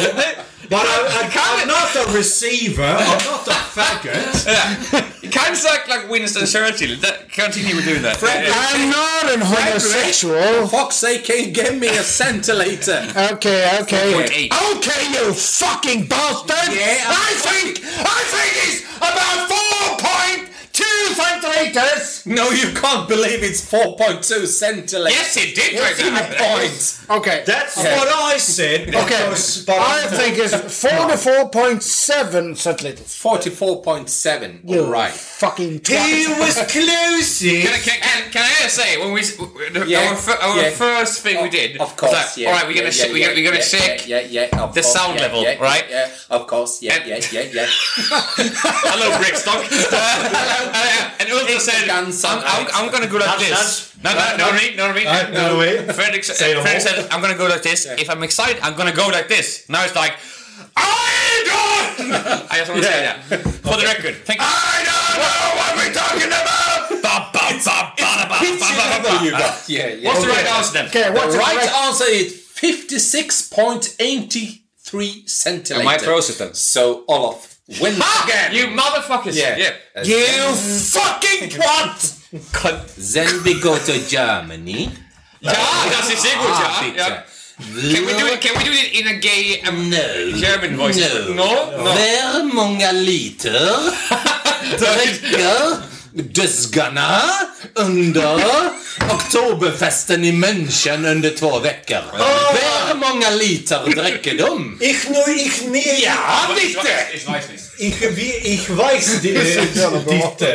But I, I, I'm not a receiver, I'm not a faggot.
It kind of like like Winston Churchill. That, continue with doing that. Frederick.
I'm not an homosexual.
Fox say, can you give me a centiliter?
(laughs) Okay, okay.
4.8.
Okay, you fucking bastard!
Yeah, I'm
I think I think it's about four point two centimeters.
no, you can't believe it's 4.2 centiliters.
yes, it did. Uh,
Yes, in
Frederick.
a point.
Okay,
That's what I
(laughs)
said.
okay.
because- but
I
I'm-
think it's forty-four point seven centimeters.
44.7.
You
All right.
fucking
He
twat.
was
Can, I-
closing.
can, can, can I say when we s- w- the-
Yeah,
our, fir- our
yeah.
first thing we did?
Oh, Of course,
was like,
yeah.
All right, we're gonna
yeah,
check.
yeah,
we're gonna,
yeah,
we're gonna
yeah,
check.
Yeah, yeah, yeah, of
the
course,
sound
yeah,
level,
yeah, yeah,
right?
Yeah, of course. Yeah,
And-
yeah, yeah,
(laughs)
yeah.
Hello, Brickstock. Uh, and Ulta said, I'm,
guns on
I'm,
ice.
I'm gonna go like
That's-
this. No, no,
that's-
no, no, no, no,
Right, no, no,
(laughs)
wait.
Frederick, s-
Say no
Frederick
more.
said, I'm gonna go like this. If I'm excited, I'm gonna go like this. Now it's like, I don't! (laughs) I just wanna say that. For the record, thank you. I don't know what we're talking about! Ba, ba, ba, ba, Ah, ba,
Pitch
ba, ba,
level
ba,
you
ba.
got. Yeah, yeah.
What's the
yeah.
right answer then?
Okay, what's
The
the
right
correct-
answer is 56.83 centiliters.
Am I processed then?
So, Olaf wins
Ah,
again.
You motherfuckers!
Yeah.
Yeah. (laughs)
You fucking what? Then we go to Germany.
Ja, das ist sehr gut,
Ah,
ja. ja.
bitte.
Can we do it? Can we do it in a gay um,
No.
German voice?
No.
no. no.
Hur
(laughs)
många liter dricker Dödsgarna under Oktoberfesten i München under två veckor? Hur många liter dricker de?
Ich nur, ich nie.
Ja,
Ich weiß-
bitte!
Ich weiß (laughs) nicht.
Ich,
(laughs)
wie, ich weiß die, Ditte.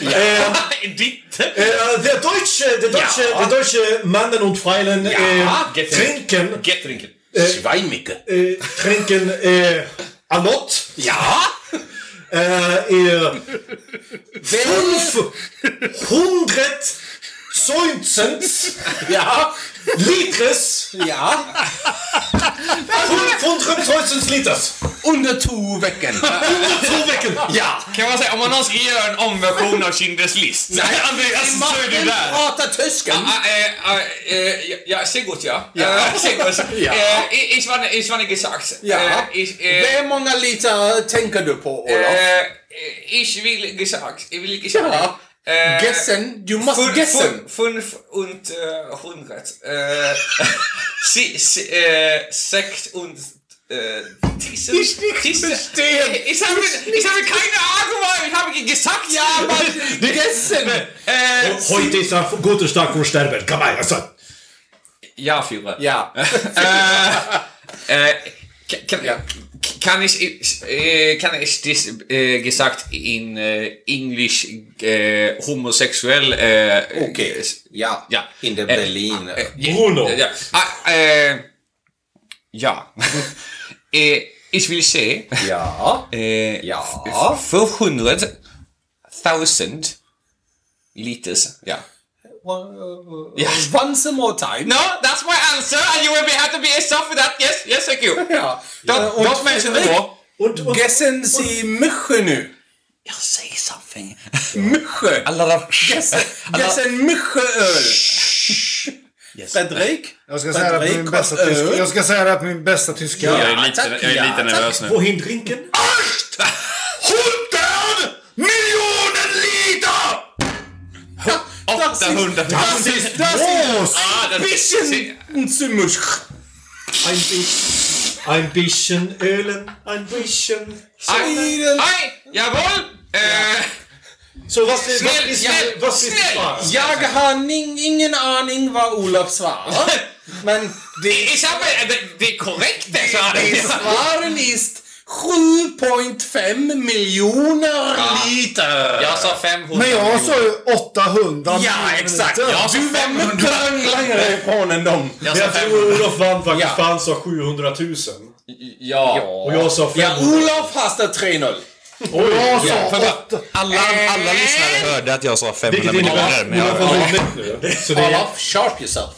Äh,
Ah, Ditte?
Äh, der deutsche, der deutsche,
Ja.
der deutsche Mannen und
(laughs)
Freilen
Ja,
äh,
get-
trinken,
Get drinken. Eh.
Schweinmicke.
äh, trinken äh, Anot.
Ja!
Äh, äh,
Hur-
119
Ja!
Liters.
Ja!
119 Liters.
Under två
(laughs)
veckor.
Under två veckor.
Ja!
Kan man säga, om man någon ska göra en omversion av Schindler's list, så, Andreas, så är du
Martin
där.
pratar tysken.
Ah, eh, ah, eh, ja, ja, sehr gut, ja. Äh, sehr (laughs) gut.
Ja.
Äh, ich, ich, war, ich war nicht gesagt.
Ja.
Äh, ich, äh,
Hur många liter tänker du på, Olof?
äh, ich will gesagt. Ich will gesagt.
Ja. Eh,
Äh,
Gessen, du måste
Fünf-
gessen.
Fünf und äh, hundert. Äh, (laughs) si, si, äh, sechs und äh, diese, ich nicht diese,
verstehen.
Ich, ich, habe, ich habe keine Ahnung, weil ich habe gesagt, ja, aber
Gessen!
äh,
Heute ist ein guter Tag vor Sterben. Komm mal, also.
ja, Führer. (laughs)
Ja.
Äh, ka- kann, kann ich, ich- äh, kann ich das äh, gesagt in äh, Englisch äh, homosexuell? Äh,
Okej.
äh,
Ja.
Ja.
In der
Äh,
Berlin.
äh,
Bruno.
Ja. Ah, äh, Ja. (laughs) eh, ich will se.
Ja.
Eh,
Ja.
f- 500 000 liters. Ja. Ja.
Once more time.
No, that's my answer and you will be have to be yourself with that. Yes, yes, thank you.
(laughs) Ja.
Don't, don't mention the war.
Und, Eh, och-
Gessen si mycket nu.
Jag säger something.
Mycket.
A lot of...
Gessen, gessen mycket öl. Fredrik?
Jag ska, säga det på min bästa tyska. jag ska säga det på min bästa tyska.
Ja.
Jag är lite,
tack,
jag är
ja,
lite nervös nu.
Få in drinken.
Hundred miljoner liter! 800
Das ist das ist
Ah, den-
bisschen zu mycket.
Ein Bisch. Ein Bischen Ölen. Ein Bischen.
Aj, aj, jawohl! Eh,
Så vad blir
Snäll,
vad blir-
snäll,
vad blir
snäll.
svar?
Jag har ning, ingen aning vad Olof (laughs) svarar. Men det,
i samma- det- det är korrekt det, sa han.
det svaren är 7,5 miljoner liter.
Jag sa 500
Men jag sa
miljoner.
ju 800
Ja, exakt.
Ja.
Du var mycket längre ifrån än dem.
Jag
Men
sa
jag tror
500.
Olof vann faktiskt
Ja.
för han sa 700 000.
Ja.
Och jag sa
Ja,
500.
Olof hastar 3-0.
Jag sa
Ja,
åtta.
Alla,
Eh.
alla lyssnare hörde att jag sa 500
Vilket innebär att Olof har vunnit nu. Så det är...
Olof, sharp yourself.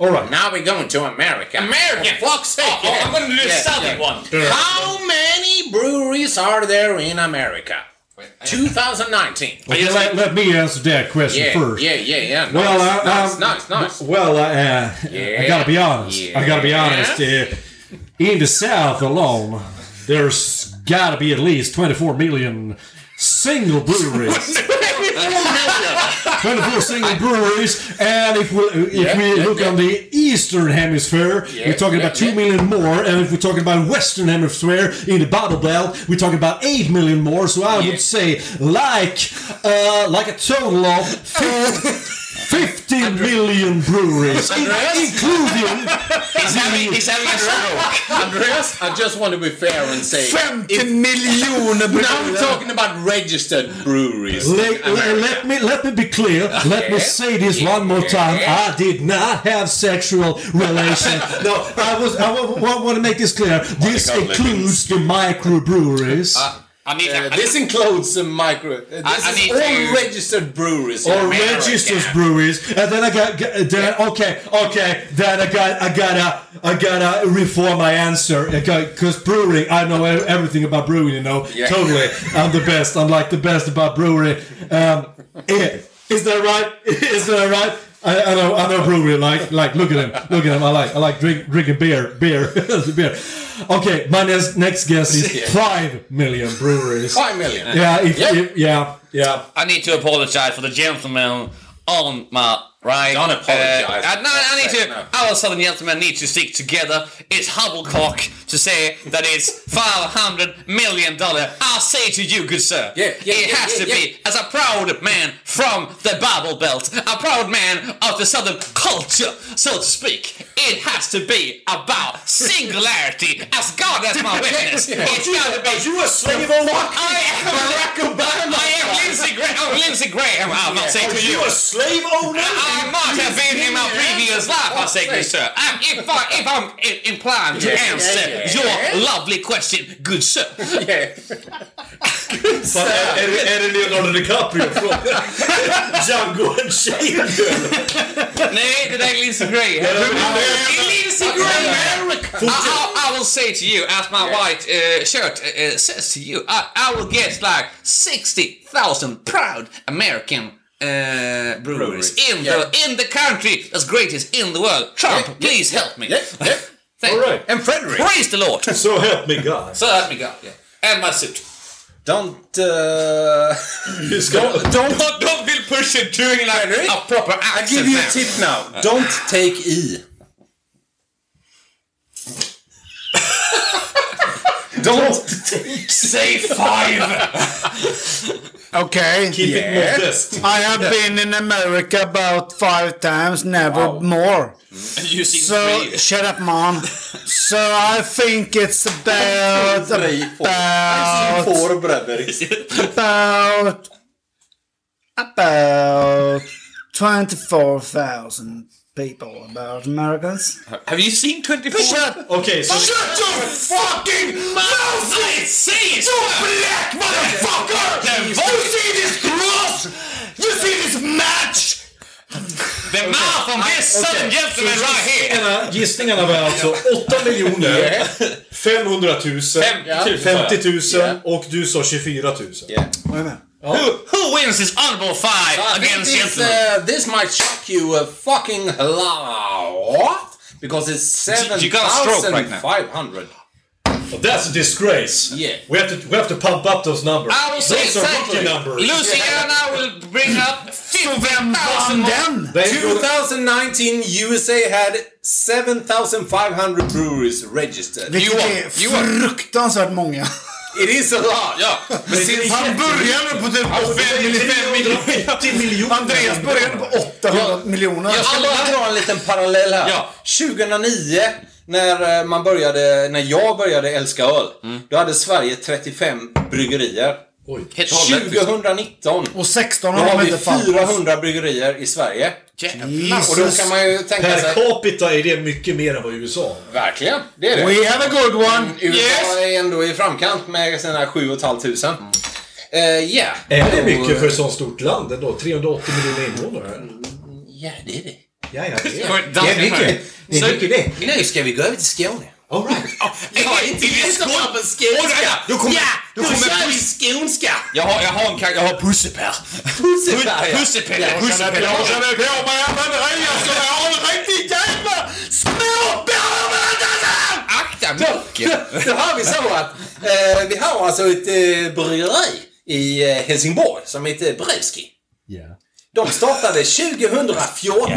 All right.
Now we're going to America.
America.
For fuck's sake.
Oh, oh, I'm gonna do the Southern one.
How many breweries are there in America? 2019.
Okay, let, let me answer that question
Yeah,
first.
yeah, yeah, yeah. Nice,
Well, I-
nice,
I'm-
nice, nice.
Well, uh, I gotta be honest. I gotta be
Yeah.
honest. Uh, in the South alone, there's gotta be at least 24 million single breweries. 24 single breweries, and if we if we look on the Eastern Hemisphere, we're talking about two million more, and if we're talking about Western Hemisphere in the Bible Belt, we're talking about eight million more. So I would say like uh, like a total of. fif- 50 million breweries, in- including the
Andreas, I just want to be fair and say
50 miljoner
(laughs) now we're talking about registered breweries.
Let, let me let me be clear. Let me say this one more time. I did not have sexual relation. No, I was. I want to make this clear. This
Monica
includes the microbreweries.
Uh,
Anita,
this includes the micro. uh, This
I- I
is
need
all
to-
registered breweries. in
Or
America.
registers breweries, and then I got, got- then okay, okay, then I got I gotta I gotta reform my answer because brewing I know e- everything about brewing, you know,
Yeah.
totally. I'm the best. I'm like the best about brewery. Um, eh, is that right? (laughs) Is that right? I, I know I know brewery like like look at him look at him I like I like drink, drinking beer beer (laughs) beer. Okay, my next next guess
(laughs)
is five million breweries.
Five million.
Yeah, if,
Yeah.
if- yeah, yeah.
I need to apologize for the gentleman on my right.
Don't apologize.
Uh, I- no, I need
Fuck's sake,
to.
no.
Our southern gentlemen need to stick together. It's hubblecock to say that it's five hundred million dollar. I say to you, good sir,
Yeah, yeah,
it
yeah,
has
yeah,
to be as a proud man from the Bible Belt, a proud man of the southern culture, so to speak. It has to be about singularity, as God has my
(laughs)
witness. It's got to be.
You a
(laughs)
slave
I am Barack Obama. I am Lindsey Graham. I'm Lindsey Graham. I'll not say to you.
slave owner?
I might have been in my previous life. I say to you, sir. I'm, if I if I'm i- inclined to
Yeah,
answer
yeah, yeah.
your lovely question, good sir.
Fan, är, är, det- är det Leonardo DiCaprio från (laughs) Django Unchained?
Nej, det där är Lindsey Graham. Det är Lindsey Graham. I, I, I will say to you, as my white uh, shirt uh, uh, says to you, I, I will get like 60,000 proud American uh, breweries, in the in the country that's greatest in the world. Trump, please help me. Thank
All right.
And Frederick.
Praise the Lord. (laughs) so
So help me God.
help me God. Yeah. And my suit.
Don't, uh,
(laughs)
don't, don't,
But don't feel pushed doing like
Frederick,
a proper
I
accent.
give you a
man.
tip now. Don't take E. don't
Say five. (laughs)
Okej.
Keep it modest.
I have been in America about five times, never more.
Using
So,
three.
shut up man. So I think it's about,
Three, four.
about,
four brothers.
about, about 24,000 people about miracles.
Have you seen 24?
Shut-
Okay, so-
Shut your fucking mouth! I
see it!
You black motherfucker! You see this cross? You see this match?
The mouth of this southern gentleman right here!
Gissningarna, gissningarna var alltså 8 miljoner, 500 000, 50 000 och du sa 24 000.
Who, who wins this honorable fight
I think
against
this,
gentlemen?
uh, this might shock you a fucking lot because it's
You- you got a stroke right now.
7,500.
Well, that's a disgrace.
Yeah.
We have to, we have to pump up those numbers.
I will say
Those are rookie
exactly.
numbers. (laughs)
Luciana will bring up 50,000 more.
Damn!
They go-
2019 USA had 7,500 breweries registered.
Vilket
Johan,
är
Johan.
fruktansvärt många.
It is a lot. (laughs)
Ja, men sin- han började på typ 5 (laughs) miljoner.
80 miljoner.
Andreas började på 800 miljoner.
Jag ska bara dra en liten parallell här.
Ja.
2009, när, eh, man började, när jag började älska öl,
Mm.
då hade Sverige 35 bryggerier.
Helt och hållet.
2019,
Och 16
då
av dem
har
är
vi
inte fan.
400 bryggerier i Sverige. Och då kan man ju tänka
Per
sig,
capita är det mycket mer än vad USA
verkligen, det är det.
We have a good one!
USA
Yes.
är ändå i framkant med sina 7 500. Eh, yeah.
är. Det är
Och,
mycket för ett sånt stort land ändå. 380 miljoner invånare.
Ja, det är det.
Ja, ja, det är.
För Danmark.
Det är mycket det.
Nu ska vi gå över till Skåne.
All right.
Jag är inte lyssnat på skånska.
Då kommer-
ja,
då
då,
kommer-
kör vi skånska.
Jag har, jag har en kar- jag har Pussepär.
Pussepär, ja.
Pussepär. Pussepär.
Jag känner på mig att Andreas ska vara en riktig jävla småbarn!
Akta mycket. Då har vi så att eh, vi har alltså ett eh, bryggeri i eh, Helsingborg som heter Brevski. De startade 2014.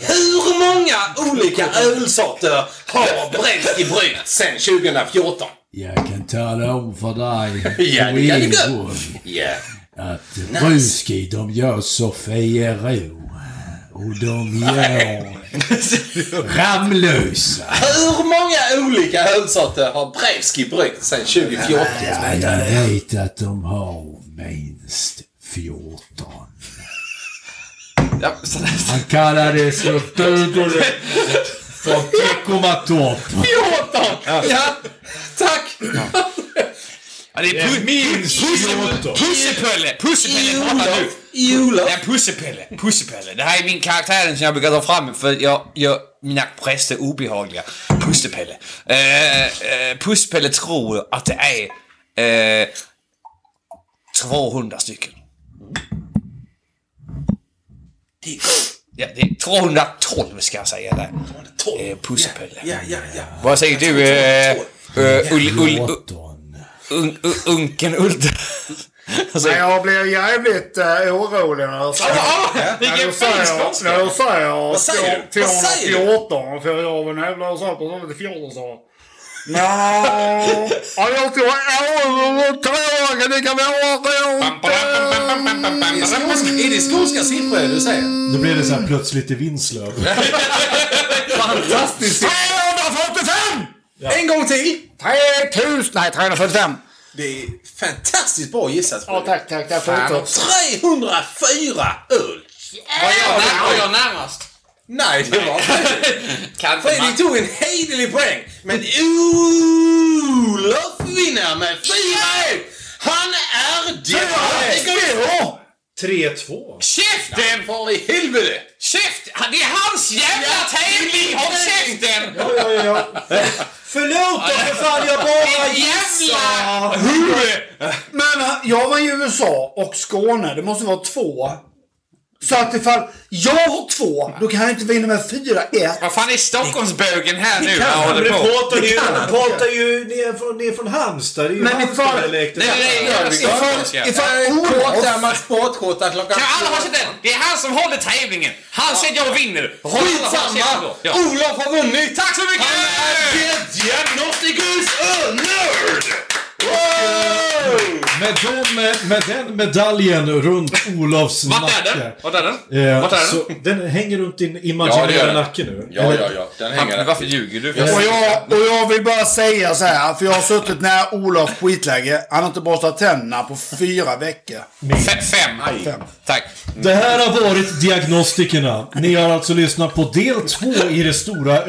Hur många olika ölsorter har Brevski bryggt sedan 2014?
Jag kan tala om för dig,
(laughs) Ja, det kan du gå. Ja.
att Bruski, de gör Sofiero. Och de
(laughs)
gör Ramlösa.
Hur många olika ölsorter har Brevski bryggt sedan 2014?
Ja, jag vet att de har minst 14.
Ja, så-
Han kallades för Tudor från Teckomatorp.
14! Ja, tack!
Ja, det är pu-
Minst
Pusse-
14.
Pussepelle! Pussepelle pratar nu!
Olof.
Nej, Pussepelle! Pussepelle! Det här är min karaktären som jag brukar ta fram för jag gör mina präster obehagliga. Pussepelle. Eh, eh, Pussepelle tror att det är eh, 200 stycken. Ja, det är 212 ska jag säga där. Eh, Pussepelle.
Ja, ja, ja.
Vad säger du, eh, eh, Ull- Ull- Ull-
Åtton.
Un- un- Unken Ultra? Alltså,
Nej, Jag blir jävligt eh, orolig när jag säger... När
vilken
jag säger, när jag säger, Vad
säger du? Vad säger du?
214, för jag var en jävla sån person som hette 14 så. Nja, ja, jag tror övertaget det kan vara
Är det skånska- Är det skånska siffror du säger?
Nu blir det så här plötsligt i Vinslöv.
345!
En gång till!
3000, nej 345.
Det är fantastiskt bra gissat.
Ja tack, tack, tack. tack.
304 öl! Var jag, när, var jag närmast? Nej, det
(laughs)
var Kan Fredrik tog en hederlig poäng. Men Olof vinner med 4-1! Han är dippare!
3-2.
Käften!
För i helvete!
Käft! Det är hans jävla tävling! Håll käften!
Ja, ja, ja. Förlåt då för fan, jag bara
Ditt jävla huvud!
Men eh, jag var i USA och Skåne, det måste vara två. Så att ifall jag har två, då kan jag inte vinna med 4-1.
Vad fan är Stockholmsbögen här nu?
Ja,
Jag
men
håller
det
på.
pratar ju, pratar ju ner, från, ner från Halmstad. Det är ju
Men
Halmstad
ifall-
jag lekte
Nej,
med.
nej, nej. jag ska- jag ska-
Ifall
Kåta
Olof...
med sportskjorta klockan...
Kan alla ha sett den? Det är han som håller tävlingen. Han säger jag vinner. Har alla sett den
Skitsamma!
då? Ja.
Olof har vunnit!
Tack så mycket!
Han uh, är diagnostikus nörd! Wow!
Med, de, med, med den medaljen runt Olofs
Vart är
nacke.
den? Vart är den?
Eh,
Vart är den?
så den hänger runt din
Ja, det gör
imaginära
den.
nacke nu.
Ja,
Eller-
ja, ja. Den hänger Varför ljuger du?
Jag-
Och jag, och jag vill bara säga så här, för jag har suttit nära Olof skitläge. Han har inte borstat tänderna på fyra veckor.
Fe- fem.
Fem.
Tack.
Det här har varit Diagnostikerna. Ni har alltså lyssnat på del två i det stora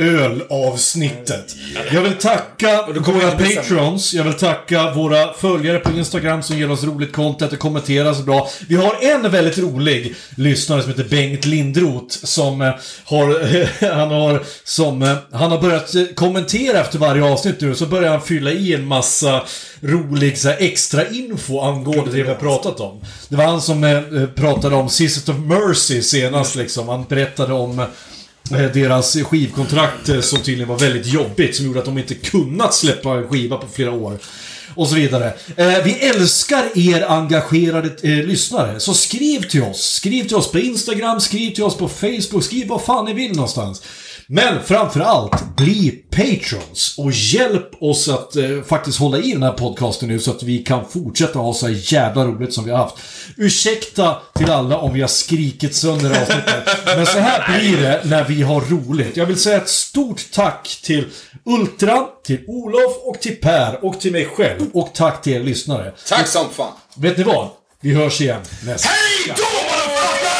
ölavsnittet. Jag vill tacka våra patrons. Jag vill tacka våra följare på Instagram som ger oss roligt content och kommenterar så bra. Vi har en väldigt rolig lyssnare som heter Bengt Lindroth som eh, har, (laughs) han har, som, eh, han har börjat eh, kommentera efter varje avsnitt nu. Så börjar han fylla i en massa rolig så här, extra info angående det vi har pratat om. Det var han som eh, pratade om Sisters of Mercy senast liksom. Han berättade om eh, deras skivkontrakt eh, som tydligen var väldigt jobbigt, som gjorde att de inte kunnat släppa en skiva på flera år. Och så vidare. Eh, vi älskar er engagerade eh, lyssnare, så skriv till oss. Skriv till oss på Instagram, skriv till oss på Facebook, skriv vad fan ni vill någonstans. Men framför allt, bli patrons och hjälp oss att eh, faktiskt hålla i den här podcasten nu så att vi kan fortsätta ha så här jävla roligt som vi har haft. Ursäkta till alla om vi har skrikit sönder avsnittet, men så här blir det när vi har roligt. Jag vill säga ett stort tack till Ultra, till Olof och till Per och till mig själv. Och tack till er lyssnare.
Tack som fan.
Vet ni vad? Vi hörs igen nästa
Hej då motherfucker!